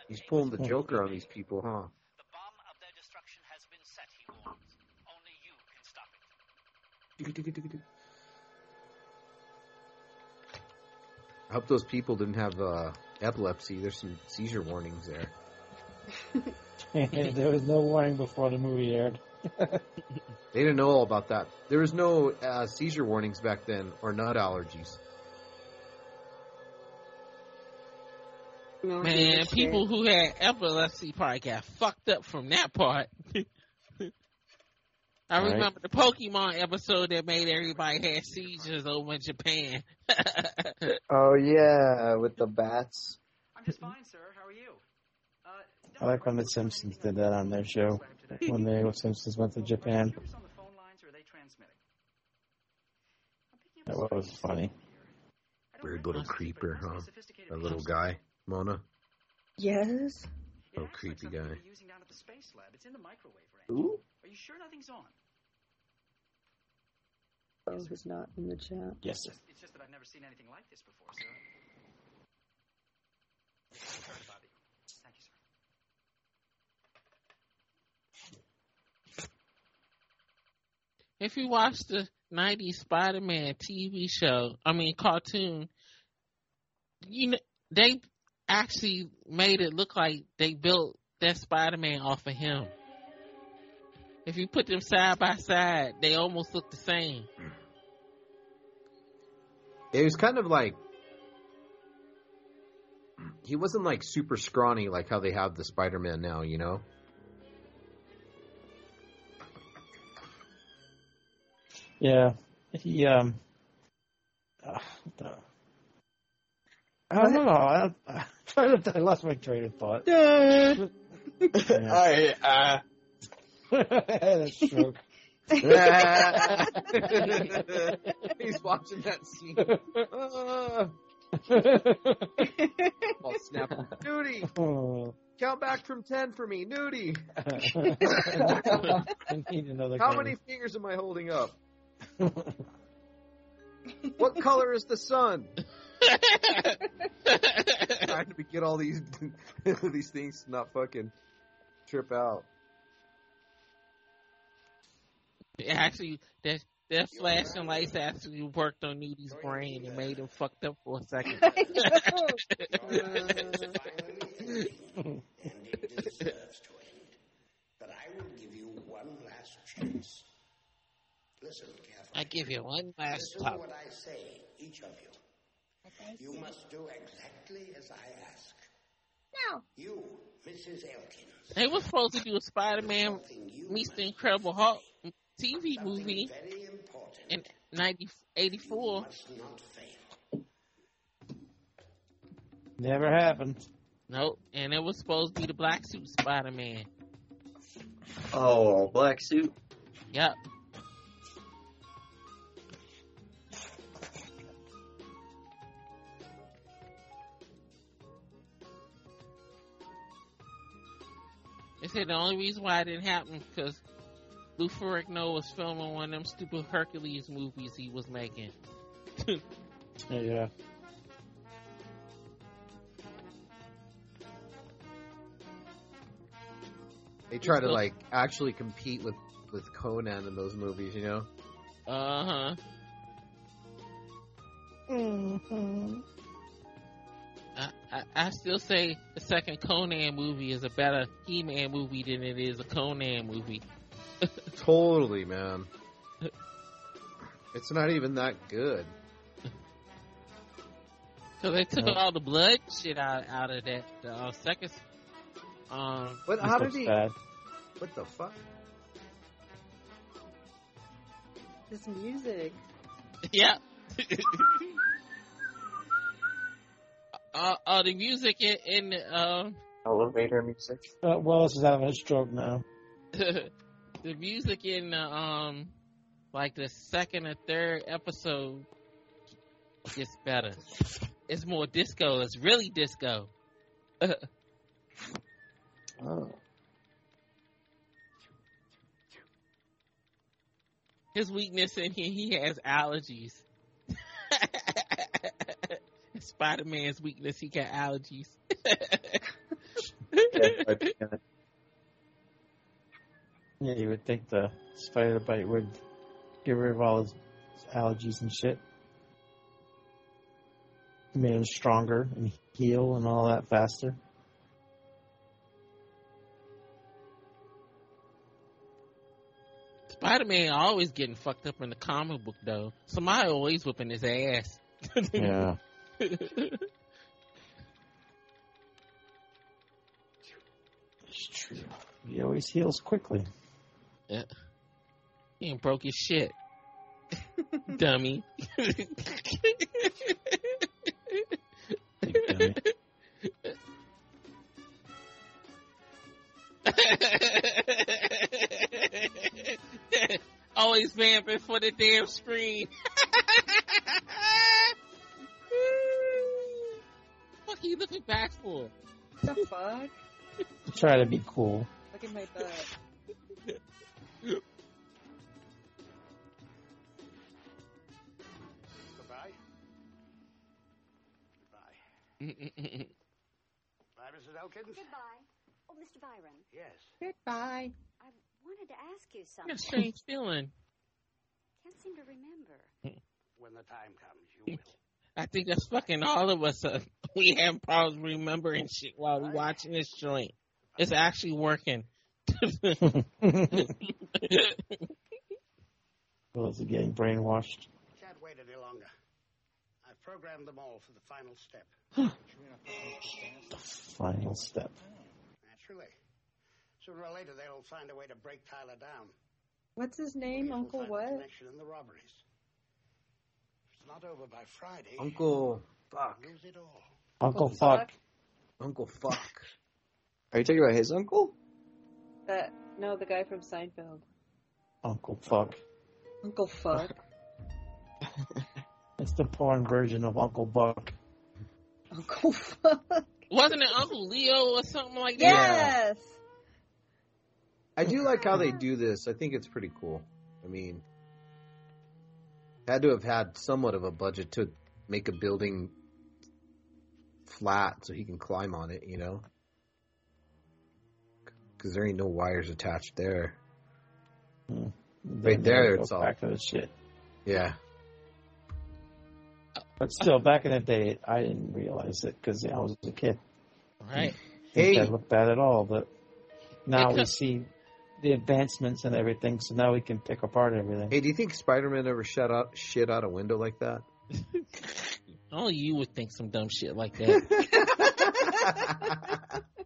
He's pulling the Joker on these people, huh? I hope those people didn't have uh, epilepsy. There's some seizure warnings there. there was no warning before the movie aired. They didn't know all about that. There was no uh, seizure warnings back then or nut allergies. No, Man, people who had epilepsy probably got fucked up from that part. I Right. remember the Pokemon episode that made everybody have seizures over in Japan. Oh yeah, with the bats. I'm just fine, sir. How are you? Uh, I like when the Simpsons did that on their show when the Simpsons went to Japan. That was funny. Weird little creeper, huh? A little guy, Mona. Yes. Little creepy guy. Using down at the space lab. It's in the microwave range. Ooh. Are you sure nothing's on? Oh, who's not in the chat? Yes, sir. It's just that I've never seen anything like this before, sir. Sorry to bother you. Thank you, sir. if you watch the 90s Spider-Man TV show, I mean cartoon, you know they actually made it look like they built that Spider-Man off of him. If you put them side by side, they almost look the same. It was kind of like he wasn't like super scrawny like how they have the Spider-Man now, you know. Yeah, he um. Uh, the, I don't know. I, I, I lost my train of thought. I uh, had a stroke. He's watching that scene. oh, snap. Nudie, Oh. count back from 10 for me. Nudie, I need another. how kind many fingers am I holding up? What color is the sun? Trying to get all these these things to not fucking trip out. Actually, that that flashing lights actually worked on Nudie's brain and made him fucked up for a second. and it deserves to end. But I will give you one last chance. Listen carefully. I give you one last Listen to pop. what I say, each of you. You must do exactly as I ask. No. You, Mrs. Elkins, They were supposed to do a Spider-Man meets the Incredible Hulk TV movie very important. in 90, 84. Not fail. Never happened. Nope. And it was supposed to be the black suit Spider-Man. oh, black suit. Yep. They said the only reason why it didn't happen because Lou Ferrigno was filming one of them stupid Hercules movies he was making. Yeah. They try to like actually compete with with Conan in those movies, you know. Uh huh. Mhm. I, I, I still say the second Conan movie is a better He-Man movie than it is a Conan movie. Totally, man. It's not even that good. So they took Yeah. all the blood shit out out of that the uh, second. Um, But how did he? What the fuck? This music. Yeah. uh, uh, the music in, in the, um, Elevator music. Uh, Wallace is having a stroke now. the music in the, um, like the second or third episode gets better. It's more disco. It's really disco. Oh. His weakness in here, he has allergies. Spider Man's weakness, he got allergies. Yeah, you would think the spider bite would get rid of all his allergies and shit. Made him stronger and heal and all that faster. Spider Man always getting fucked up in the comic book though. Somebody always whipping his ass. yeah. It's true. He always heals quickly. Yeah. He ain't broke his shit. dummy. dummy. Always vamping for the damn screen. fuck are you looking back for? The fuck? Try to be cool. Look at my butt. Goodbye. Goodbye. Bye, Mrs. Elkins. Goodbye. Oh, Mr. Byron, Yes. Goodbye. I wanted to ask you Got something. a strange feeling. Can't seem to remember. When the time comes, you will. I think that's fucking all of us. Uh, we have problems remembering shit while we're watching this joint. It's actually working. Well, is he getting brainwashed? Can't wait any longer. I've programmed them all for the final step. Final step. Naturally. Sooner or later, they'll find a way to break Tyler down. What's his name, Uncle Find a what? connection in the robberies. If it's not over by Friday. Uncle fuck. we'll Lose it all. Uncle Fuck. Uncle fuck. Are you talking about his uncle? That no, the guy from Seinfeld. Uncle Fuck. Uncle Fuck. It's the porn version of Uncle Buck. Uncle Fuck. Wasn't it Uncle Leo or something like Yes. that? I do like how they do this. I think it's pretty cool. I mean, had to have had somewhat of a budget to make a building flat so he can climb on it, you know? Because there ain't no wires attached there. Right there, Go it's all. back to the shit. Yeah. But still, back in the day, I didn't realize it because I was a kid. Right. Didn't Hey. that look bad at all. But now we Because- see the advancements and everything, so now we can pick apart everything. Hey, do you think Spider Man ever shut out shit out a window like that? Only you would think some dumb shit like that.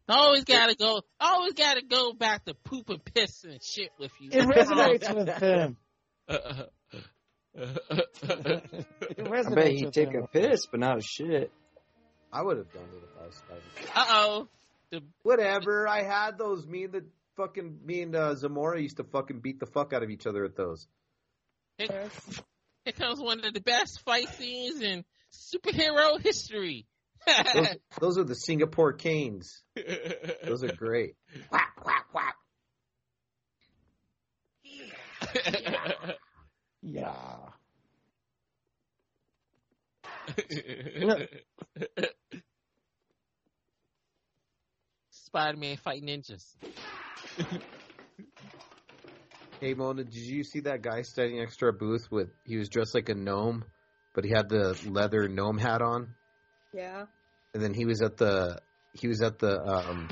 always gotta go. Always gotta go back to poop and piss and shit with you. It resonates with him. It resonates I bet he'd with take him. a piss, but not a shit. I would have done it if I was Spider Man. uh oh. Whatever. I had those. Me and the fucking me and uh, Zamora used to fucking beat the fuck out of each other at those. Here, here comes one of the best fight scenes in superhero history. Those, those are the Singapore Canes. Those are great. Quack quack quack. Yeah. Spider Man fight ninjas. Hey Mona, did you see that guy standing next to our booth with? He was dressed like a gnome, but he had the leather gnome hat on. Yeah. And then he was at the he was at the um,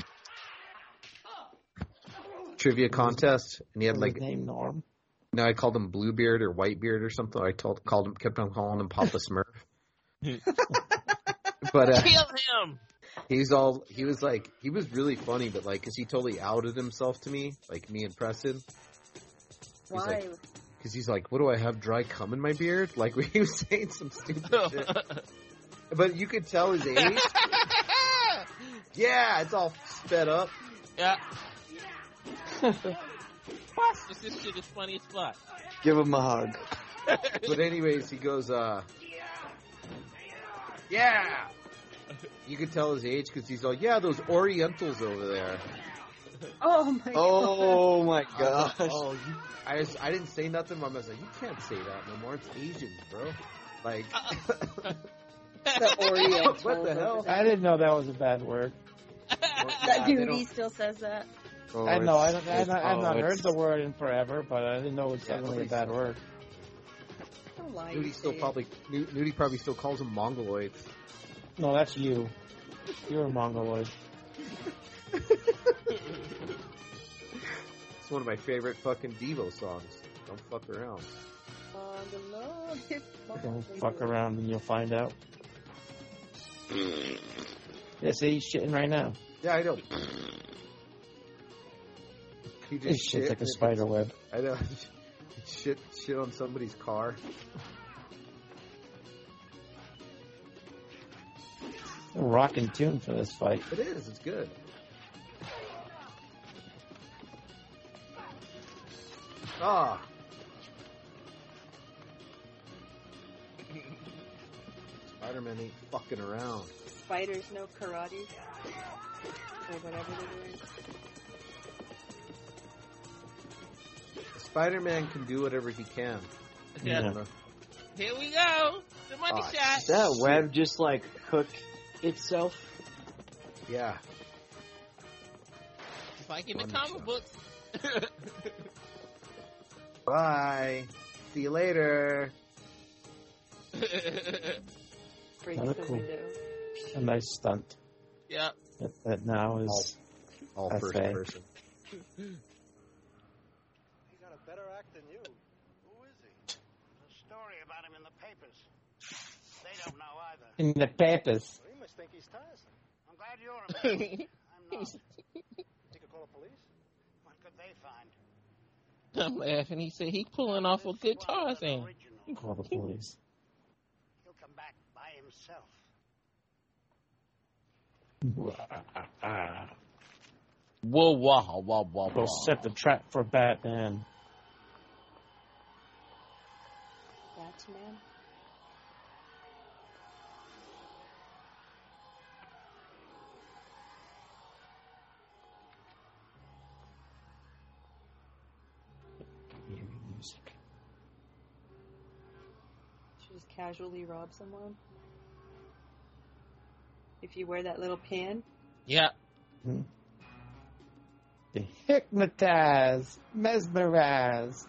trivia contest, and he had Like like name Norm. No, I called him Bluebeard or Whitebeard or something. I told called him kept on calling him Papa Smurf. but uh, Kill him! he's all he was like he was really funny, but like because he totally outed himself to me, like me and Preston, Why? like- because he's like, "What do I have dry cum in my beard?" Like he was saying some stupid shit. But you could tell his age. yeah, it's all sped up. yeah. Plus, this is shit is funny as fuck. Give him a hug. But anyways, he goes, uh, yeah. You could tell his age because he's all, yeah, those Orientals over there. oh my god. Oh my I was gosh. like, oh, you, I, was- I didn't say nothing. but I was like, you can't say that no more. It's Asians, bro. Like, The Orient. What the hell? I didn't know that was a bad word. That they dude, don't- he still says that. Oh, I know. I it's- don't, I don't, I've oh, not heard it's- the word in forever, but I didn't know it was Yeah, suddenly a please. bad word. Don't lie. you Nudie still idiot. probably Nu- Nudie probably still calls them Mongoloids. No, that's you. You're a mongoloid. It's one of my favorite fucking Devo songs. Don't fuck around. Don't fuck around and you'll find out. Yeah, see, he's shitting right now. Yeah, I know. He His shit's like a spider web. I know. shit, shit on somebody's car. A rocking tune for this fight. It is. It's good. Ah. Spider-Man ain't fucking around. Spiders know karate. Or whatever they're doing. Spider-Man can do whatever he can. Yeah. You know? Here we go. The money Ah, shot. That web just like hooked itself. Yeah. Just like in the money comic shot. books. Bye. See you later. Breaks Kinda the cool. window. A nice stunt. yep. That, that now is All I first say. person. He's got a better act than you. Who is he? There's a story about him in the papers. They don't know either. in the papers. Well, he must think he's Tarzan. I'm glad you're a man. I'm not. You could call the police. What could they find? I'm laughing. He said he pulling off a good Tarzan. Call the police. He'll come back by himself. We'll Whoa, wah, wah, wah, wah. set the trap for Batman. Batman. She just casually rob someone. If you wear that little pin, Yeah. They hypnotized, mesmerized.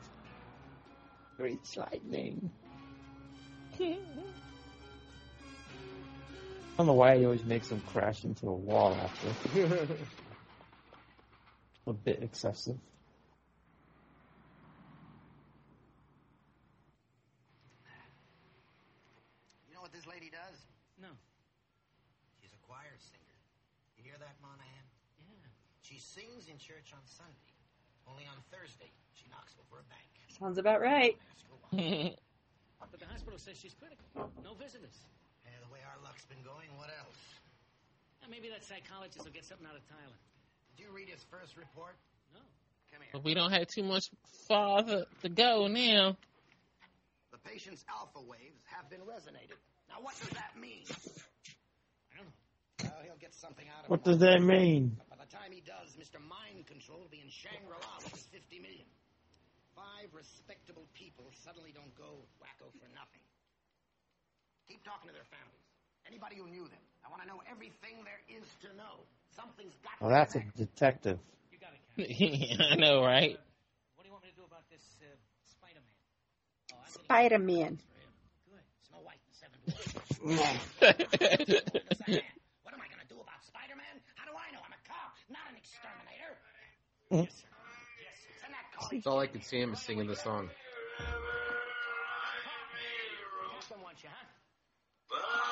Reach lightning. I don't know why he always makes them crash into a wall after. a bit excessive. You know what this lady does? No. She's a choir singer. You hear that, Monahan? Yeah. She sings in church on Sunday. Only on Thursday, she knocks over a bank. sounds about right. Ask her why. That's But the hospital says she's critical. No visitors. Yeah, Eh, the way our luck's been going, what else? Yeah, maybe that psychologist will get something out of Tyler. Did you read his first report? No. Come here. But we don't have too much farther to go now. The patient's alpha waves have been resonated. Now, what does that mean? I don't know. Well, he'll get something out of What it. does that mean? But by the time he does, Mr. Mind Control will be in Shangri-La with his 50 million. Five respectable people suddenly don't go wacko for nothing. Keep talking to their families. Anybody who knew them. I want to know everything there is to know. Something's got Well, to that's a connect. detective. You got it, Captain. I know, right? What do you want me to do about this uh, Spider-Man? Oh, I'm gonna- Spider-Man. Good. Snow White and the Seven Dwarfs. That's What am I going to do about Spider-Man? How do I know? I'm a cop, not an exterminator. Mm. Yes, sir. Yes, sir. Send that car. It's all I could see him is singing the song. Captain wants you, huh?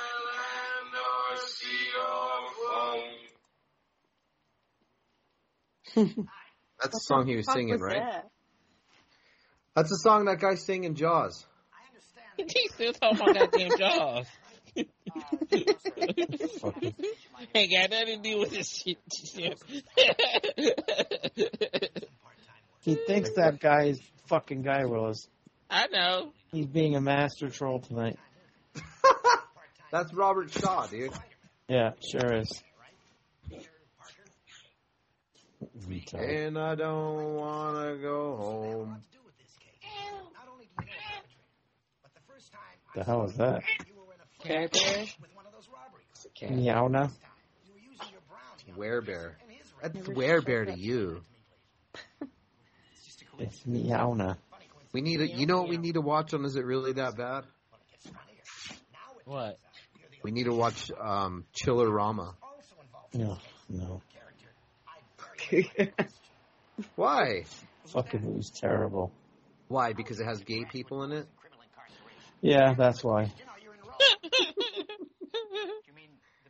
That's the song he was Fuck singing, was right? that? That's the song that guy sang in Jaws. I understand. he still talking about goddamn jaws. Fucking Ain't got nothing to do with this shit. He thinks that guy is fucking Guy Willis. I know. He's being a master troll tonight. That's Robert Shaw, dude. Yeah, sure is. Retard. And I don't wanna go home. to do with this case. Not only do you know the perpetrator, but the first time I The hell saw is that? you, you were in a Care-bear? fight with one of those robberies. Meow now. This time, you were using your brownie on Werebear. and his That's ring. Werebear to you. It's just a coincidence. It's meow now. Funny coincidence. We need a, you know what we need to watch on Is It Really That Bad? Well, it gets funnier. Now it turns What? out you're the We need to watch um Chillerama. other also involved in No, this case. no. Character. I very much like the question. Why? Fucking movie's terrible. Why? Because it has gay people in it. Yeah, that's why.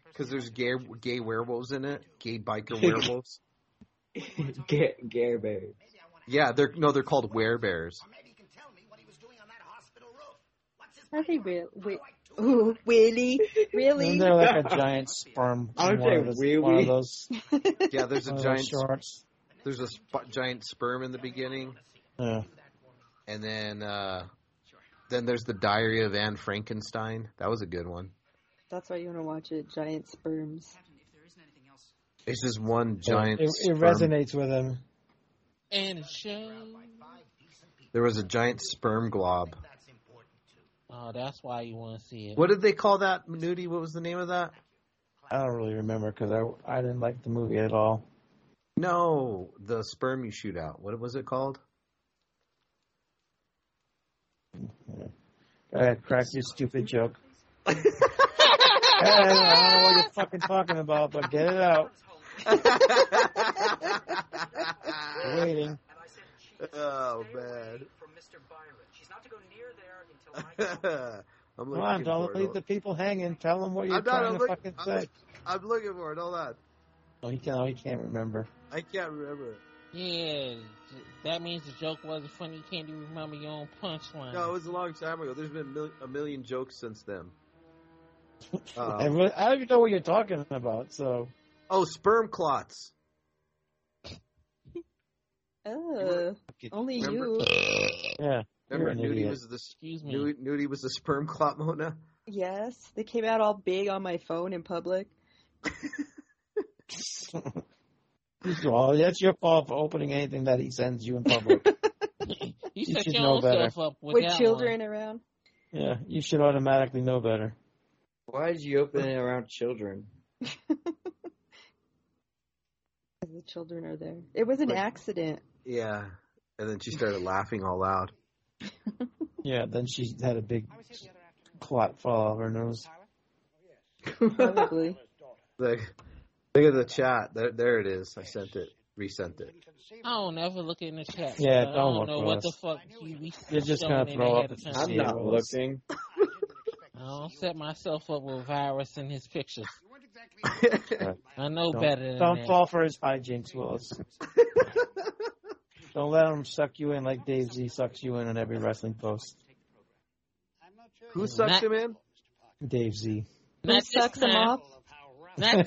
Because there's gay gay werewolves in it, gay biker werewolves. Gare Gare bears. Yeah, they're no, they're called werebears. Are they real? Wait. Ooh, really? Really? Isn't there like a giant sperm? Aren't one they of those- really? One of those, Yeah, there's a one of giant those sharks. there's a sp- giant sperm in the beginning, Yeah. and then uh, then there's the Diary of Anne Frankenstein. That was a good one. That's why you want to watch it. Giant sperms. It's just one giant. It, it sperm- resonates with him. And show. There was a giant sperm glob. Oh, that's why you want to see it. What did they call that, Nudie? What was the name of that? I don't really remember because I I didn't like the movie at all. No, the sperm you shoot out. What was it called? Go ahead, crack your stupid joke. I don't know- I don't know what you're fucking talking about, but get it out. Waiting. Oh man. I'm Come on, don't leave the people hanging. Tell them what you're I'm not- trying I'm to look- fucking I'm say. look- I'm looking for it. Hold on. oh, he can't. Oh, he can't remember. I can't remember. Yeah, that means the joke wasn't funny. You can't even remember your own punchline. No, it was a long time ago. There's been mil- a million jokes since then. I, Uh, really, I don't even know what you're talking about. So oh, sperm clots. Oh, only Remember- you. yeah, you're Remember, an Nudie idiot. Hmm. was the s- Excuse me. Nudie, Nudie was the sperm clot, Mona. Yes, they came out all big on my phone in public. well, that's your fault for opening anything that he sends you in public. you you set should your know own better. self up with, With that children around. yeah, you should automatically know better. Why did you open it around children? The children are there. It was an Like- accident. Yeah, and then she started laughing all loud. Yeah, then she had a big clot fall out of her nose. Probably. Look, look at the chat. There, there it is. I sent it. Resent it. One. I don't ever look in the chat. Yeah, so I don't don't look know for what us. the fuck you be You're just gonna throwing in throw there up at a and time. see it. I not looking. don't set myself up with virus in his pictures. I know Don't, better than don't that. fall for his hijinks, Willis. don't let him suck you in like Dave Z sucks you in on every wrestling post. Who sucks Not- him in? Dave Z. Who Not this sucks them time. off? Not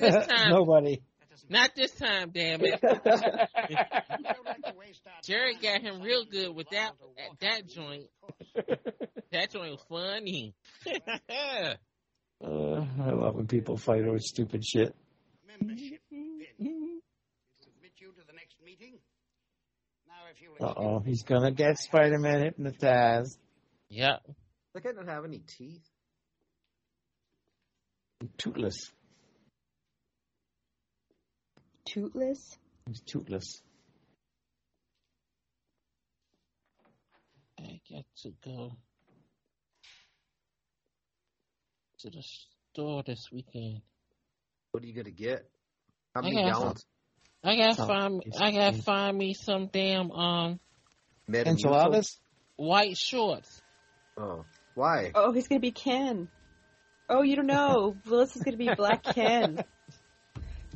this time. Nobody. Not this time, damn it. Jerry got him real good with that that joint. That joint was funny. Uh, I love when people fight over stupid shit. Membership pin. It'll admit you to the next meeting. Now, if you'll Uh oh, he's gonna get Spider Man hypnotized. yep. That guy don't have any teeth. Tootless. Tootless? He's tootless. I got to go to the store this weekend. What are you gonna get? How I many got- gallons? I gotta Oh, find it's- I gotta find me some damn um Metamucil? Enchiladas? white shorts. Oh, why? Oh, he's gonna be Ken. Oh, you don't know. Willis is gonna be Black Ken.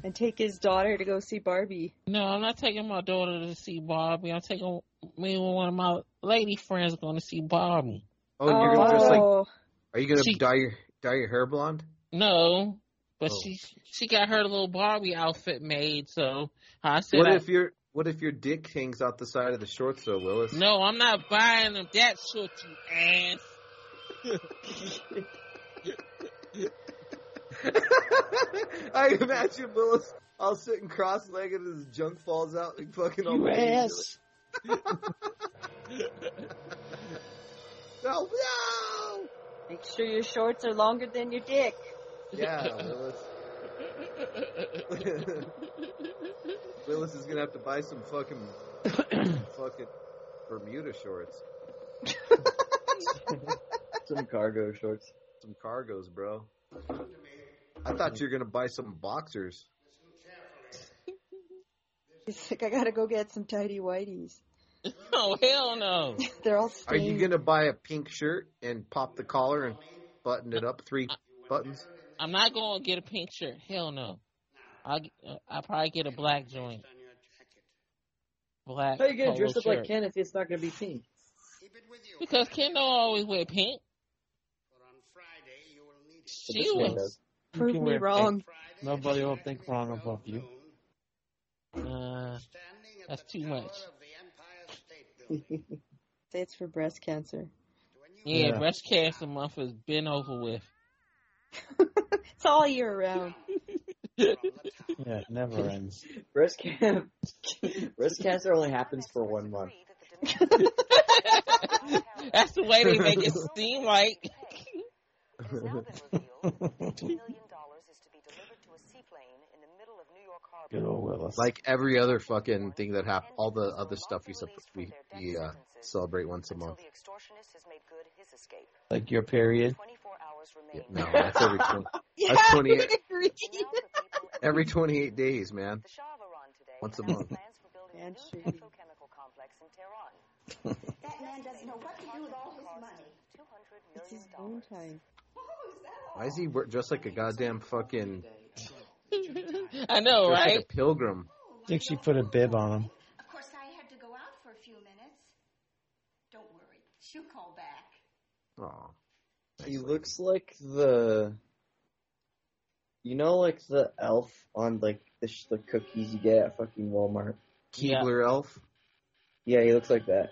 And take his daughter to go see Barbie. No, I'm not taking my daughter to see Barbie. I'm taking me and one of my lady friends going to see Barbie. Oh, you're gonna dress like? Oh, Are you gonna She- dye your dye your hair blonde? No, but Oh. she she got her little Barbie outfit made. So I said, What I- if your What if your dick hangs out the side of the shorts though, Willis? "No, I'm not buying them that short, you ass." I imagine Willis all sitting cross-legged and his junk falls out and fucking all You over the ass. No, no. make sure your shorts are longer than your dick. Yeah, Willis. Willis is gonna have to buy some fucking fucking Bermuda shorts, Some cargo shorts. some cargos, bro. I thought you were gonna buy some boxers. He's like, I gotta go get some tidy whities. Oh hell no! They're all. Are you stained. gonna buy a pink shirt and pop the collar and button it up three buttons? I'm not gonna get a pink shirt. Hell no. I I probably get a black joint. Black. How you gonna polo dress up like shirt. Ken if it's not gonna be pink? Because Ken don't always wear pink. She This one was. does. You Prove can me wear pink. wrong. Nobody will think wrong about you. Uh, that's too much. Say it's for breast cancer. Yeah, Yeah. breast cancer month has been over with. It's all year round. Yeah, it never ends. Breast cancer. breast cancer only happens for one month. That's the way they make it seem like. Good old Willis. Like every other fucking thing that happened, all the other stuff we, sup- we, we uh, celebrate once a month. Like your period. Yeah, no, that's every 20, Yeah, that's we 28, agree. every 28 days, man. Once a month. Man, shitty. That man doesn't know what to do with all his money. It's his own time. Why is he wor- dressed like a goddamn fucking I know, dressed right? like a pilgrim? I think she put a bib on him. Of course, I had to go out for a few minutes. Don't worry, she'll call back. Oh, He Nice looks like the, you know, like the elf on like the sh- the cookies you get at fucking Walmart. Yeah. Keebler elf. Yeah, he looks like that.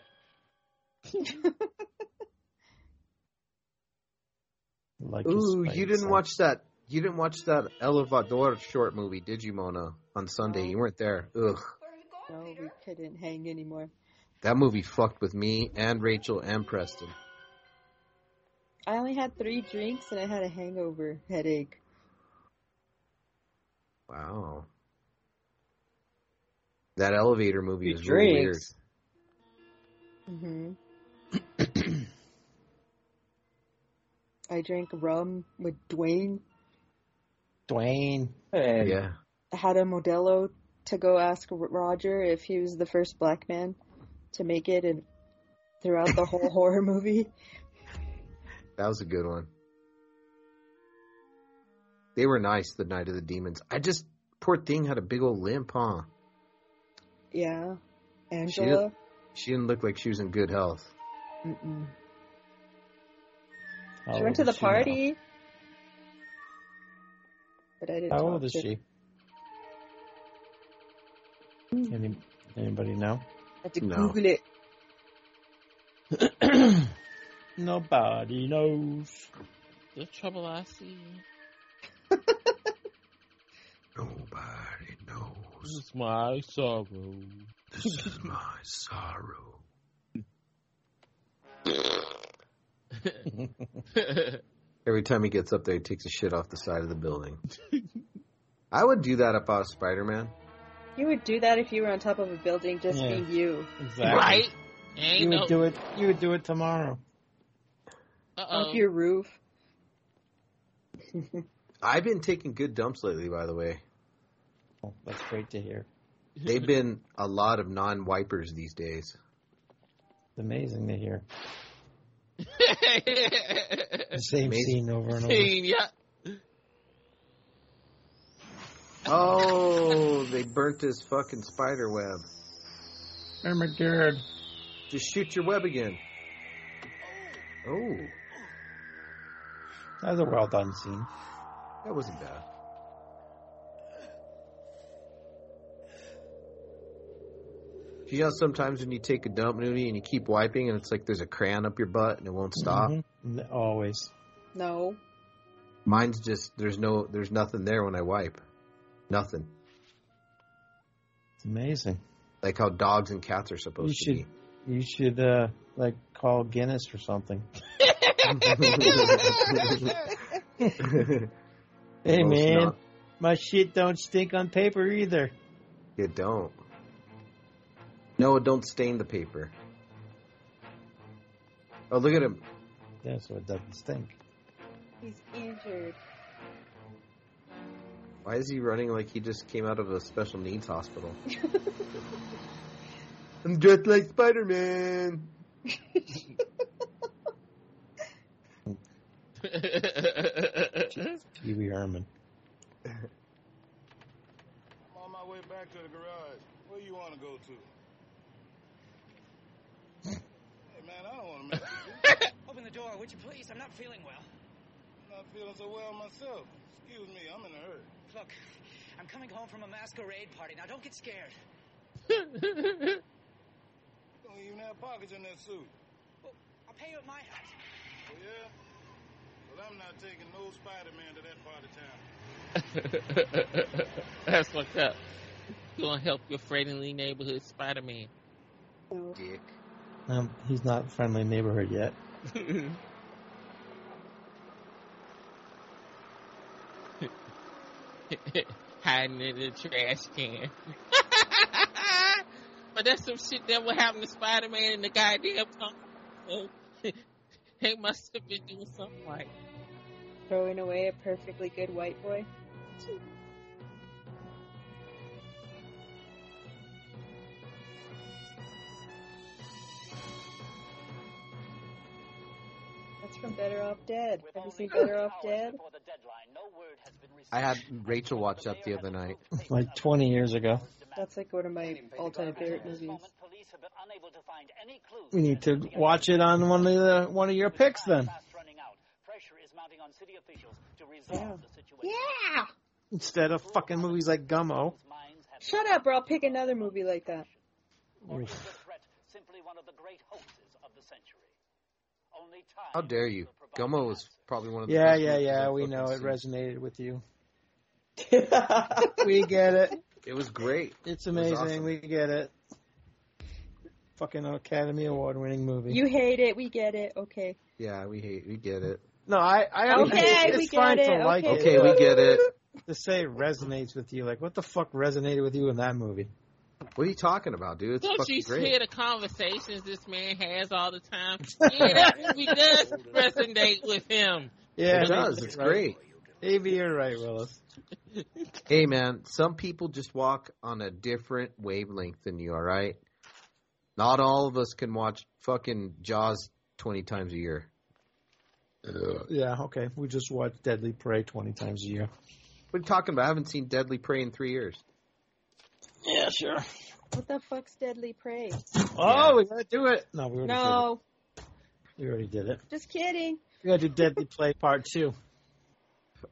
Like his Ooh, spikes you didn't on. watch that. You didn't watch that Elevador short movie, did you, Mona? On Sunday, you weren't there. Ugh, No, we couldn't hang anymore. that movie fucked with me and Rachel and Preston. I only had three drinks and I had a hangover headache. Wow, that elevator movie He is really weird. drinks. Mm-hmm. hmm I drank rum with Dwayne. Dwayne. Hey, Yeah, I had a Modelo to go ask R- Roger if he was the first black man to make it, and throughout the whole horror movie, that was a good one. They were nice the night of the demons. I just poor thing had a big old limp, huh? yeah, Angela. She didn't look like she was in good health. Mm-mm. How She went old to the is now? party, but I didn't. How talk old is to- she? Any, anybody know? I had to No. Google it. Nobody knows. The trouble I see. Nobody knows. is my sorrow. This is my sorrow. Every time he gets up there, he takes a shit off the side of the building. I would do that if I was Spider Man. You would do that if you were on top of a building, just Yeah. be you. Exactly. right? Ain't You no. would do it. You would do it tomorrow. uh-oh. Oh. Off your roof. I've been taking good dumps lately, by the way. Oh, that's great to hear. They've been a lot of non wipers these days. It's amazing to hear. The same Amazing. scene over and over. yeah. Oh, they burnt his fucking spider web. Ermagerd. Just shoot your web again. Oh, That was a well done scene. that wasn't bad. You know, sometimes when you take a dump, Nudie, and you keep wiping, and it's like there's a crayon up your butt and it won't stop. Mhm. N- Always. No. Mine's just there's no there's nothing there when I wipe. Nothing. It's amazing. Like how dogs and cats are supposed You to should. You should uh like call Guinness or something. be. Hey Most man, not. my shit don't stink on paper either. it don't. No, it don't stain the paper. Oh look at him. Yeah, so it doesn't stink. He's injured. Why is he running like he just came out of a special needs hospital? I'm dressed like Spider Man. Pee Wee Herman. I'm on my way back to the garage. Where you want to go to? Hey, man, I don't want to mess with Open the door, would you please? I'm not feeling well. you. I'm not feeling so well myself. Excuse me, I'm in a hurry. Look, I'm coming home from a masquerade party. Now don't get scared. Oh, You don't even have pockets in that suit. Oh, Well, I'll pay you at my house. Oh, yeah? Well, I'm not taking no Spider Man to that part of town. That's fucked up. You gonna help your friendly neighborhood Spider Man. Dick. Um, he's not friendly neighborhood yet. Hiding in the trash can. but that's some shit that would happen to Spider Man in the goddamn comic. So, they must have been doing something like Throwing away a perfectly good white boy. That's from Better Off Dead. Have you seen Better Off Dead? I had Rachel watch that the other night. Like 20 years ago. That's like one of my all-time favorite movies. We need to watch it on one of the one of your picks then. Yeah. Instead of fucking movies like Gummo. Shut up, or I'll pick another movie like that. Oof. How dare you? Gummo was probably one of the Yeah, first yeah, movies yeah. I've We fucking know it seen. resonated with you. we get it. It was great. It's was amazing. awesome. We get it. Fucking Academy Award winning movie. You hate it. We get it. Okay. Yeah, we hate. We get it. no, I. I Okay, it's we get fine it, to like okay. it. Okay, we get it. To say it resonates with you, like what the fuck resonated with you in that movie? What are you talking about, dude? It's Don't fucking you great. hear the conversations this man has all the time? Yeah, that movie does resonate with him. Yeah, it does. It's great. Maybe you're right, Willis. Hey, man. Some people just walk on a different wavelength than you. All right. Not all of us can watch fucking Jaws twenty times a year. Ugh. Yeah, okay. We just watch Deadly Prey twenty times a year. What are you talking about? I haven't seen Deadly Prey in three years. Yeah, sure. What the fuck's Deadly Prey? Oh, we gotta do it. No, we already No, did it. We already did it. just kidding. We gotta do Deadly Play Part Two.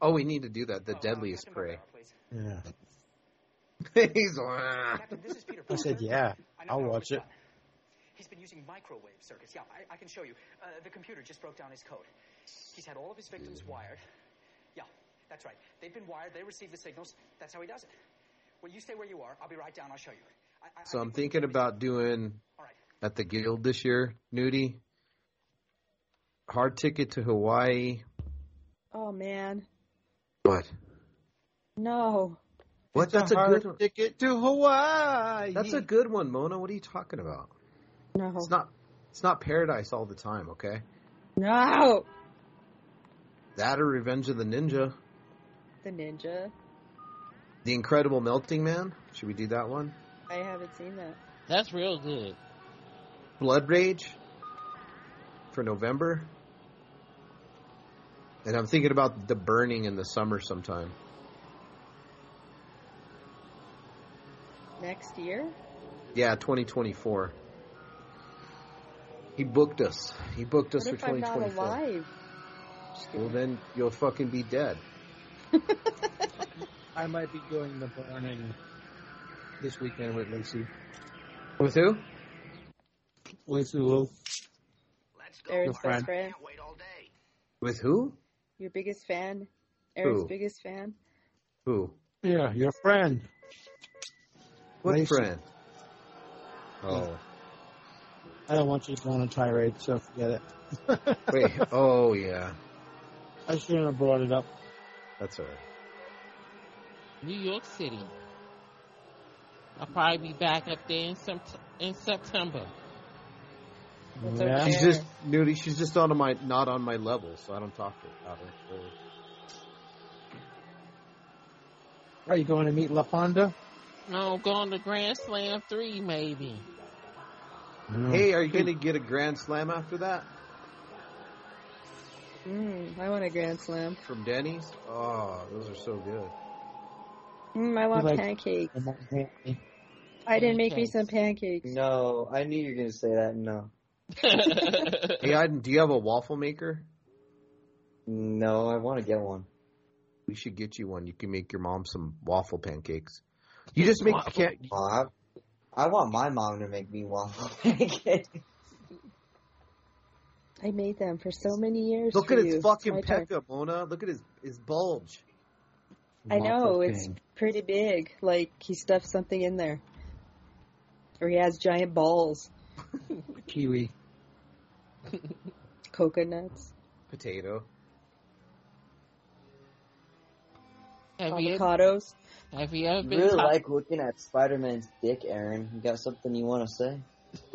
Oh, we need to do that. The Deadliest Prey. Please. Yeah. He's like, "Ah." Captain, this is Peter I Parker. said, yeah, I know I'll how it watch was it. done. He's been using microwave circuits. Yeah, I, I can show you. Uh, the computer just broke down his code. He's had all of his victims wired. Yeah, that's right. They've been wired. They receive the signals. That's how he does it. Well, you stay where you are. I'll be right down. I'll show you. I, I, So I I'm think thinking about doing All right. at the Guild this year, Nudie. Hard ticket to Hawaii. Oh man, What? no. What? It's That's a, hard good one. ticket to Hawaii. That's a good one, Mona. What are you talking about? No. It's not. It's not paradise all the time. Okay. No. That or Revenge of the Ninja, The Ninja. The Incredible Melting Man. Should we do that one? I haven't seen that. That's real good. Blood Rage for November. And I'm thinking about the burning in the summer sometime. Next year? Yeah, 2024. He booked us. He booked us What if for I'm not 2024. alive? Well, then you'll fucking be dead. I might be doing the burning this weekend with Lacey. With who? Lacey Lou. Let's go. Aaron's Your best friend. friend. Can't wait all day. With who? Your biggest fan. Aaron's Who? biggest fan. Who? Yeah, your friend. What Lacey. friend? Oh. I don't want you to go on a tirade, so forget it. Wait. Oh, yeah. I shouldn't have brought it up. That's all right. New York City. I'll probably be back up there in some in September. That's yeah. okay. She's just nudie. She's just on my not on my level, so I don't talk to her about her. really. Are you going to meet LaFonda? No, I'm going to Grand Slam 3 maybe. Hey, are you going to get a grand slam after that? Mm, I want a grand slam. From Denny's? Oh, those are so good. Mm, I want pancakes. I didn't make me some pancakes. No, I knew you were going to say that. No. hey, Iden, do you have a waffle maker? No, I want to get one. We should get you one. You can make your mom some waffle pancakes. You just make Waffle- can't. Oh, I, I want my mom to make me waffle pancakes. I made them for so many years. Look for at his you. fucking My turn. pecca, Mona. Look at his his bulge. I know Waffle it's pancake. pretty big. Like he stuffed something in there, or he has giant balls, kiwi. coconuts, Potato. Have you, avocados. have you ever You been really caught? like looking at Spider Man's dick, Aaron. You got something you want to say?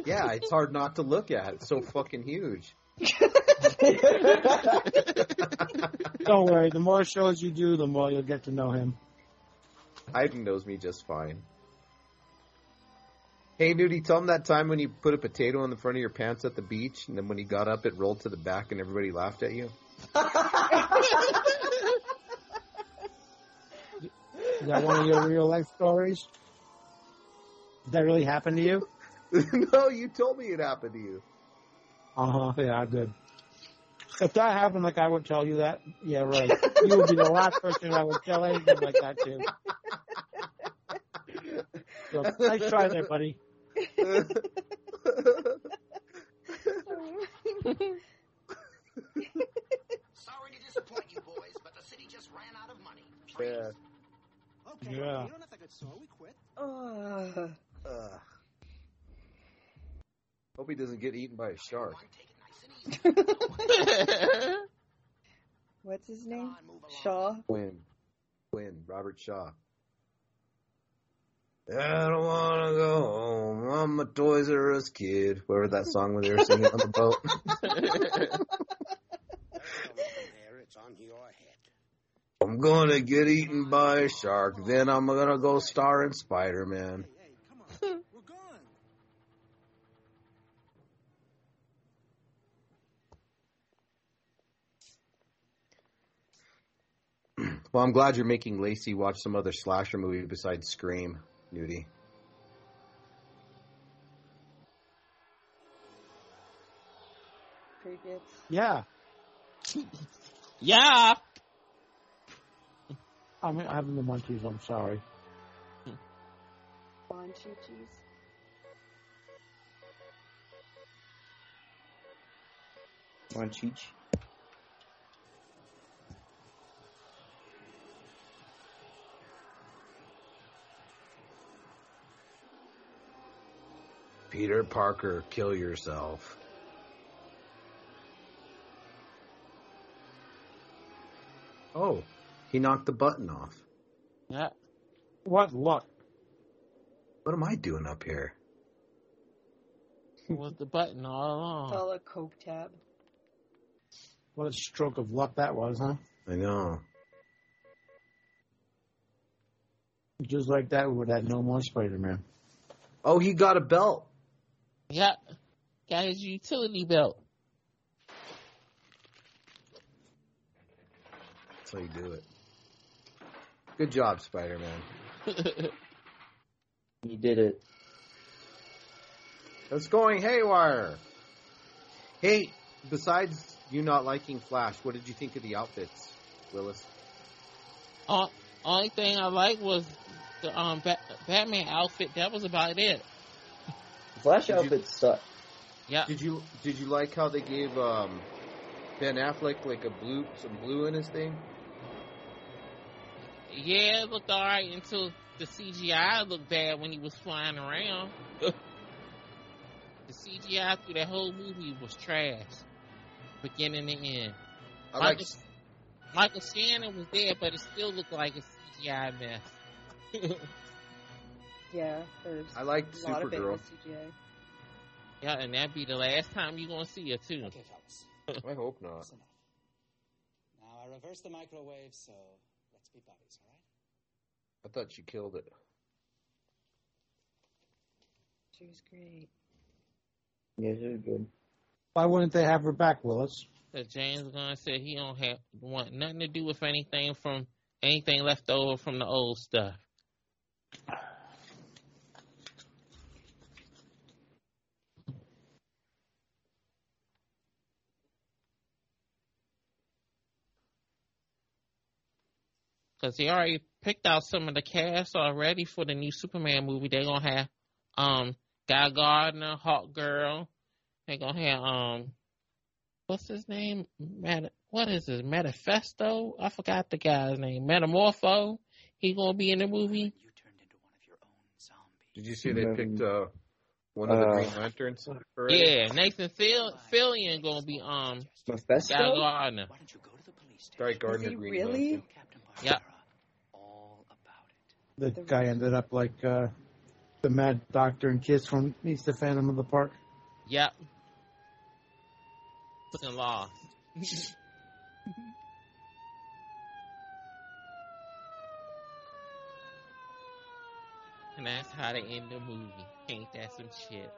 Yeah, it's hard not to look at. It's so fucking huge. Don't worry. The more shows you do, the more you'll get to know him. Iden knows me just fine. Hey, Nudie, tell him that time when you put a potato in the front of your pants at the beach, and then when he got up, it rolled to the back, and everybody laughed at you. Is that one of your real life stories? Did that really happen to you? no, you told me it happened to you. Uh huh. Yeah, good. If that happened, like I would tell you that. Yeah, right. You would be the last person I would tell anything like that to. So, nice try there, buddy. Sorry to disappoint you boys, but the city just ran out of money. Yeah. Okay. Yeah. You don't have to get sore. We quit. Ugh. Ugh. Hope he doesn't get eaten by a shark. What's his name? Shaw. Quinn. Quinn. Robert Shaw. I don't want to go home. I'm a Toys R Us kid. Whatever that song when they were singing on the boat. It's on your head. I'm going to get eaten by a shark. Then I'm going to go star in Spider Man. We're gone. Well, I'm glad you're making Lacey watch some other slasher movie besides Scream, Nudie. Crickets. Yeah. yeah. I'm having the munchies. I'm sorry. Bonchi cheese. One cheech. Peter Parker, kill yourself. Oh, he knocked the button off. Yeah. What luck? What am I doing up here? It was the button all It's along. all a coke tab. What a stroke of luck that was, huh? I know. Just like that, we would have no more Spider-Man. Oh, he got a belt. Yeah. Got his utility belt. That's how you do it. Good job, Spider Man. You did it. It's going haywire. Hey, besides you not liking Flash, what did you think of the outfits, Willis? Uh, only thing I liked was the um Bat- Batman outfit. That was about it. Flash Did you- outfit sucked. Yeah. Did you did you like how they gave um, Ben Affleck like a blue some blue in his thing? Yeah, it looked alright until the CGI looked bad when he was flying around. the CGI through that whole movie was trash, beginning to end. I Michael, like Michael Shannon was there, but it still looked like a CGI mess. Yeah. There's I liked a lot of it Supergirl. was CGI. yeah, and that'd be the last time you're gonna see her too. Okay, fellas. I hope not. That's enough. Now I reversed the microwave, so let's be buddies, all right? I thought she killed it. She was great. Yeah, she was good. Why wouldn't they have her back, Willis? So James Gunn said he don't have want nothing to do with anything from anything left over from the old stuff. Because he already picked out some of the cast already for the new Superman movie. They're gonna have um Guy Gardner, Hawk Girl. They're gonna have um what's his name? Meta, what is his manifesto? I forgot the guy's name. Metamorpho. He gonna be in the movie. Did you see they picked uh, one of the Uh, Green Lanterns? already? Yeah, Nathan Fill- Fillion gonna be um Mephisto? Guy Gardner. Guy Gardner, Green Lantern. Yep. The guy ended up like uh, the Mad Doctor and Kids from Meets the Phantom of the Park. Yep. Fucking law. and that's how they end the movie. Ain't that some shit?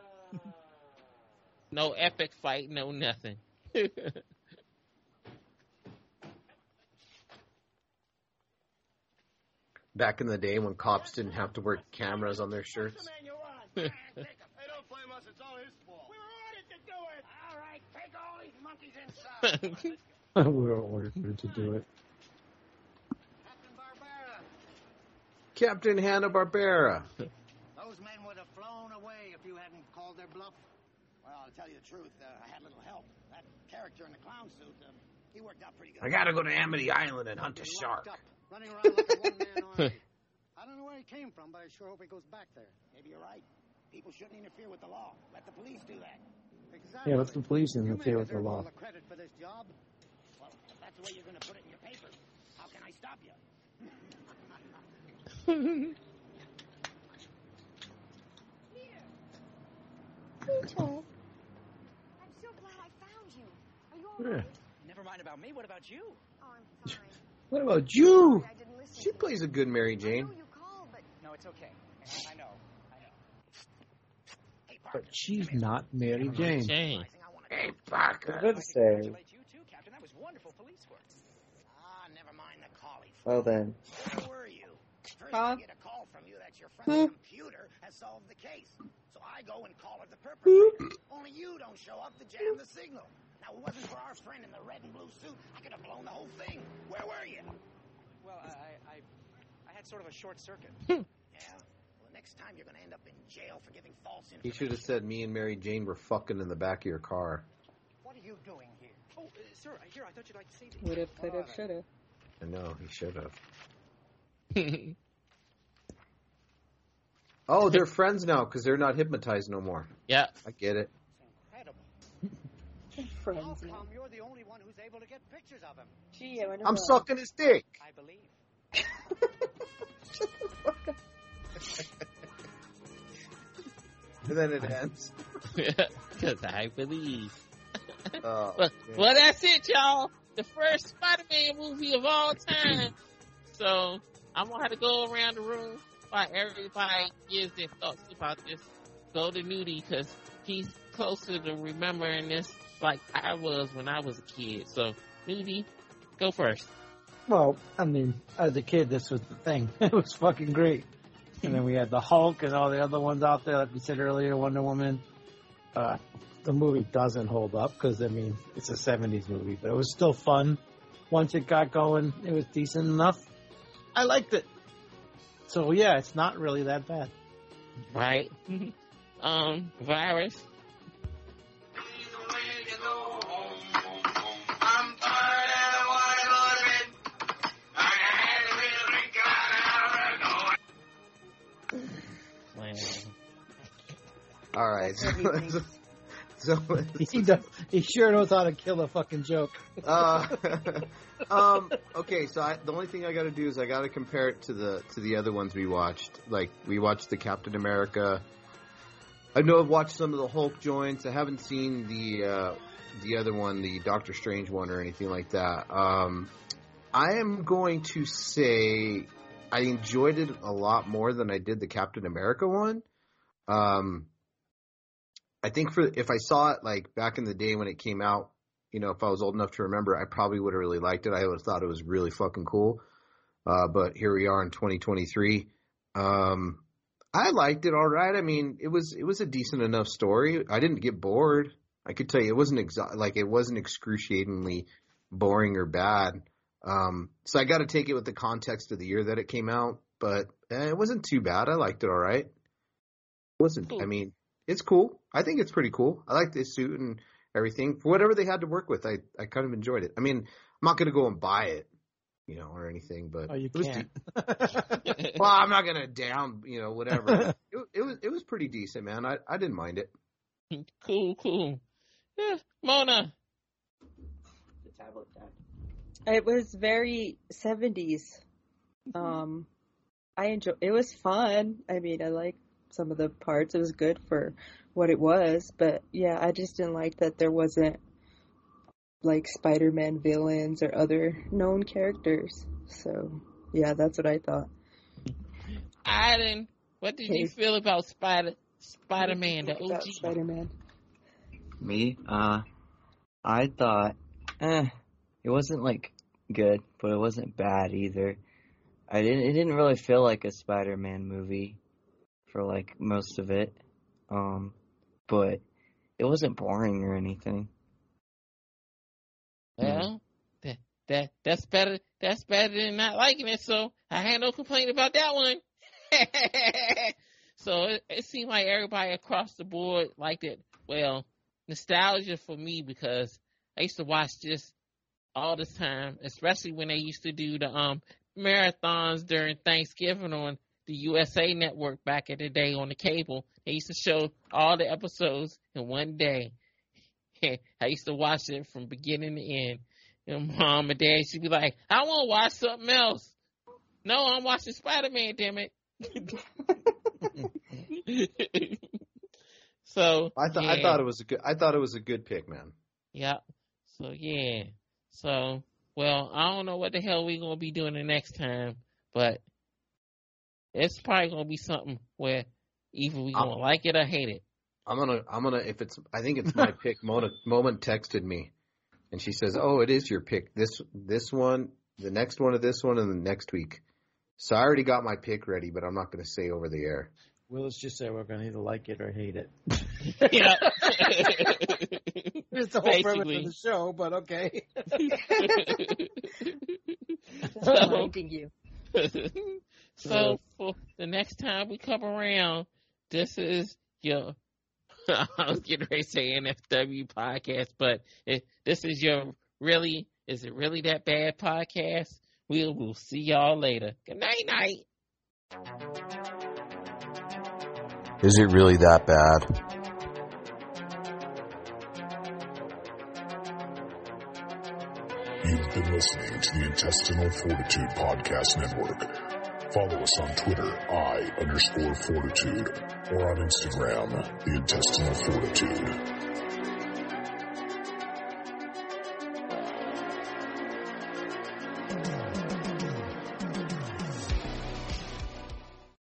no epic fight, no nothing. Back in the day when cops didn't have to wear cameras on their shirts. Hey, don't blame us. It's all his fault. We were ordered to do it. All right, take all these monkeys inside. we were ordered to do it. Captain Hanna Barbera. Those men would have flown away if you hadn't called their bluff. Well, to tell you the truth, uh, I had a little help. That character in the clown suit, um, he worked out pretty good. I gotta go to Amity Island and hunt a Locked shark. Up, running around like a one-man army. I don't know where he came from, but I sure hope he goes back there. Maybe you're right. People shouldn't interfere with the law. Let the police do that. Exactly. Yeah, let the police interfere with the deserve law. all the credit for this job. Well, if that's the way you're going to put it in your papers, how can I stop you? Peter. I'm so glad I found you. Are you all right? Never mind about me. What about you? Oh, I'm sorry. What about you? She plays a good Mary Jane. No, it's okay. I- I know. I know. But she's not Mary Jane. Jane. Hey, Parker. I was about to say. You too, Captain. That was wonderful police work. Ah, never mind the collie. Well then, Where were you? First, Huh? I get a call from you that your Huh? friend's computer has solved the case. So I go and call it the perpetrator. Only you don't show up to jam the signal. Now, it wasn't for our friend in the red and blue suit, I could have blown the whole thing. Where were you? Well, I, I, I- I had sort of a short circuit. Hmm. Yeah. Well, next time you're going to end up in jail for giving false He information. should have said me and Mary Jane were fucking in the back of your car. What are you doing here? Oh, uh, sir, here. I thought you'd like to see these. Would have, could have, should have. I know he should have. yep. Oh, they're friends now because they're not hypnotized no more. I get it. Incredible. How Friends. now. come you're the only one who's able to get pictures of him? Gee, I wonder I'm why. sucking his dick. I believe. And then it ends. Because I believe. Oh, Well, man. well, that's it, y'all. The first Spider-Man movie of all time. So I'm gonna have to go around the room while everybody gives their thoughts about this. Go to Nudie because he's closer to remembering this like I was when I was a kid. So Nudie, go first. Well, I mean, as a kid, this was the thing. It was fucking great. And then we had the Hulk and all the other ones out there, like we said earlier, Wonder Woman. Uh, the movie doesn't hold up because I mean, it's a '70s movie, but it was still fun. Once it got going, it was decent enough. I liked it. So yeah, it's not really that bad. Right? um, virus. Man. All right. That's what he So, so He, does, he sure knows how to kill a fucking joke. uh, um, okay. So I, the only thing I got to do is I got to compare it to the to the other ones we watched. Like we watched the Captain America. I know I've watched some of the Hulk joints. I haven't seen the uh, the other one, the Doctor Strange one, or anything like that. Um, I am going to say I enjoyed it a lot more than I did the Captain America one. Um, I think for if I saw it like back in the day when it came out, you know, if I was old enough to remember, I probably would have really liked it. I would have thought it was really fucking cool. Uh, but here we are in 2023. Um, I liked it all right. I mean, it was it was a decent enough story. I didn't get bored. I could tell you it wasn't exo- like it wasn't excruciatingly boring or bad. Um, so I got to take it with the context of the year that it came out, but eh, it wasn't too bad. I liked it all right. It wasn't I mean, it's cool. I think it's pretty cool. I like the suit and everything. For whatever they had to work with, I I kind of enjoyed it. I mean, I'm not gonna go and buy it, you know, or anything, but Oh, you it was can't. de- well, I'm not gonna down, you know, whatever. it, it was it was pretty decent, man. I I didn't mind it. Cool, cool. Yeah, Mona. The tablet died. It was very 70s. Um, I enjoy. It was fun. I mean, I liked some of the parts. It was good for what it was, but yeah, I just didn't like that there wasn't like Spider-Man villains or other known characters. So yeah, that's what I thought. Aiden, what did you Hey. feel about Spider Spider Man, the Think about OG? Spider-Man. Me? Uh, I thought, eh, it wasn't like good, but it wasn't bad either. I didn't. It didn't really feel like a Spider-Man movie for like most of it. Um, but it wasn't boring or anything. Well, that, that that's better. That's better than not liking it. So I had no complaint about that one. so it, it seemed like everybody across the board liked it. Well, nostalgia for me because I used to watch this all the time, especially when they used to do the um marathons during Thanksgiving on the USA Network back in the day on the cable. They used to show all the episodes in one day. I used to watch it from beginning to end. And mom and dad should be like, I want to watch something else. No, I'm watching Spider Man, damn it. so I thought I yeah. thought it was a good I thought it was a good pick, man. Yeah. So yeah. So well, I don't know what the hell we're gonna be doing the next time, but it's probably gonna be something where either we gonna I'm- like it or hate it. I'm gonna I'm gonna if it's I think it's my pick. Mona Moment texted me, and she says, "Oh, it is your pick. This this one, the next one of this one, and the next week." So I already got my pick ready, but I'm not gonna say over the air. Willis just said we're going to either like it or hate it. Yeah. It's the whole premise Basically. of the show, but okay. Just So- reminding you. so for the next time we come around, this is your. I was getting ready to say NFW podcast, but it, this is your really is it really that bad podcast? We will see y'all later. Good night, night. Is it really that bad? You've been listening to the Intestinal Fortitude Podcast Network. Follow us on Twitter, I underscore fortitude, or on Instagram, the Intestinal Fortitude.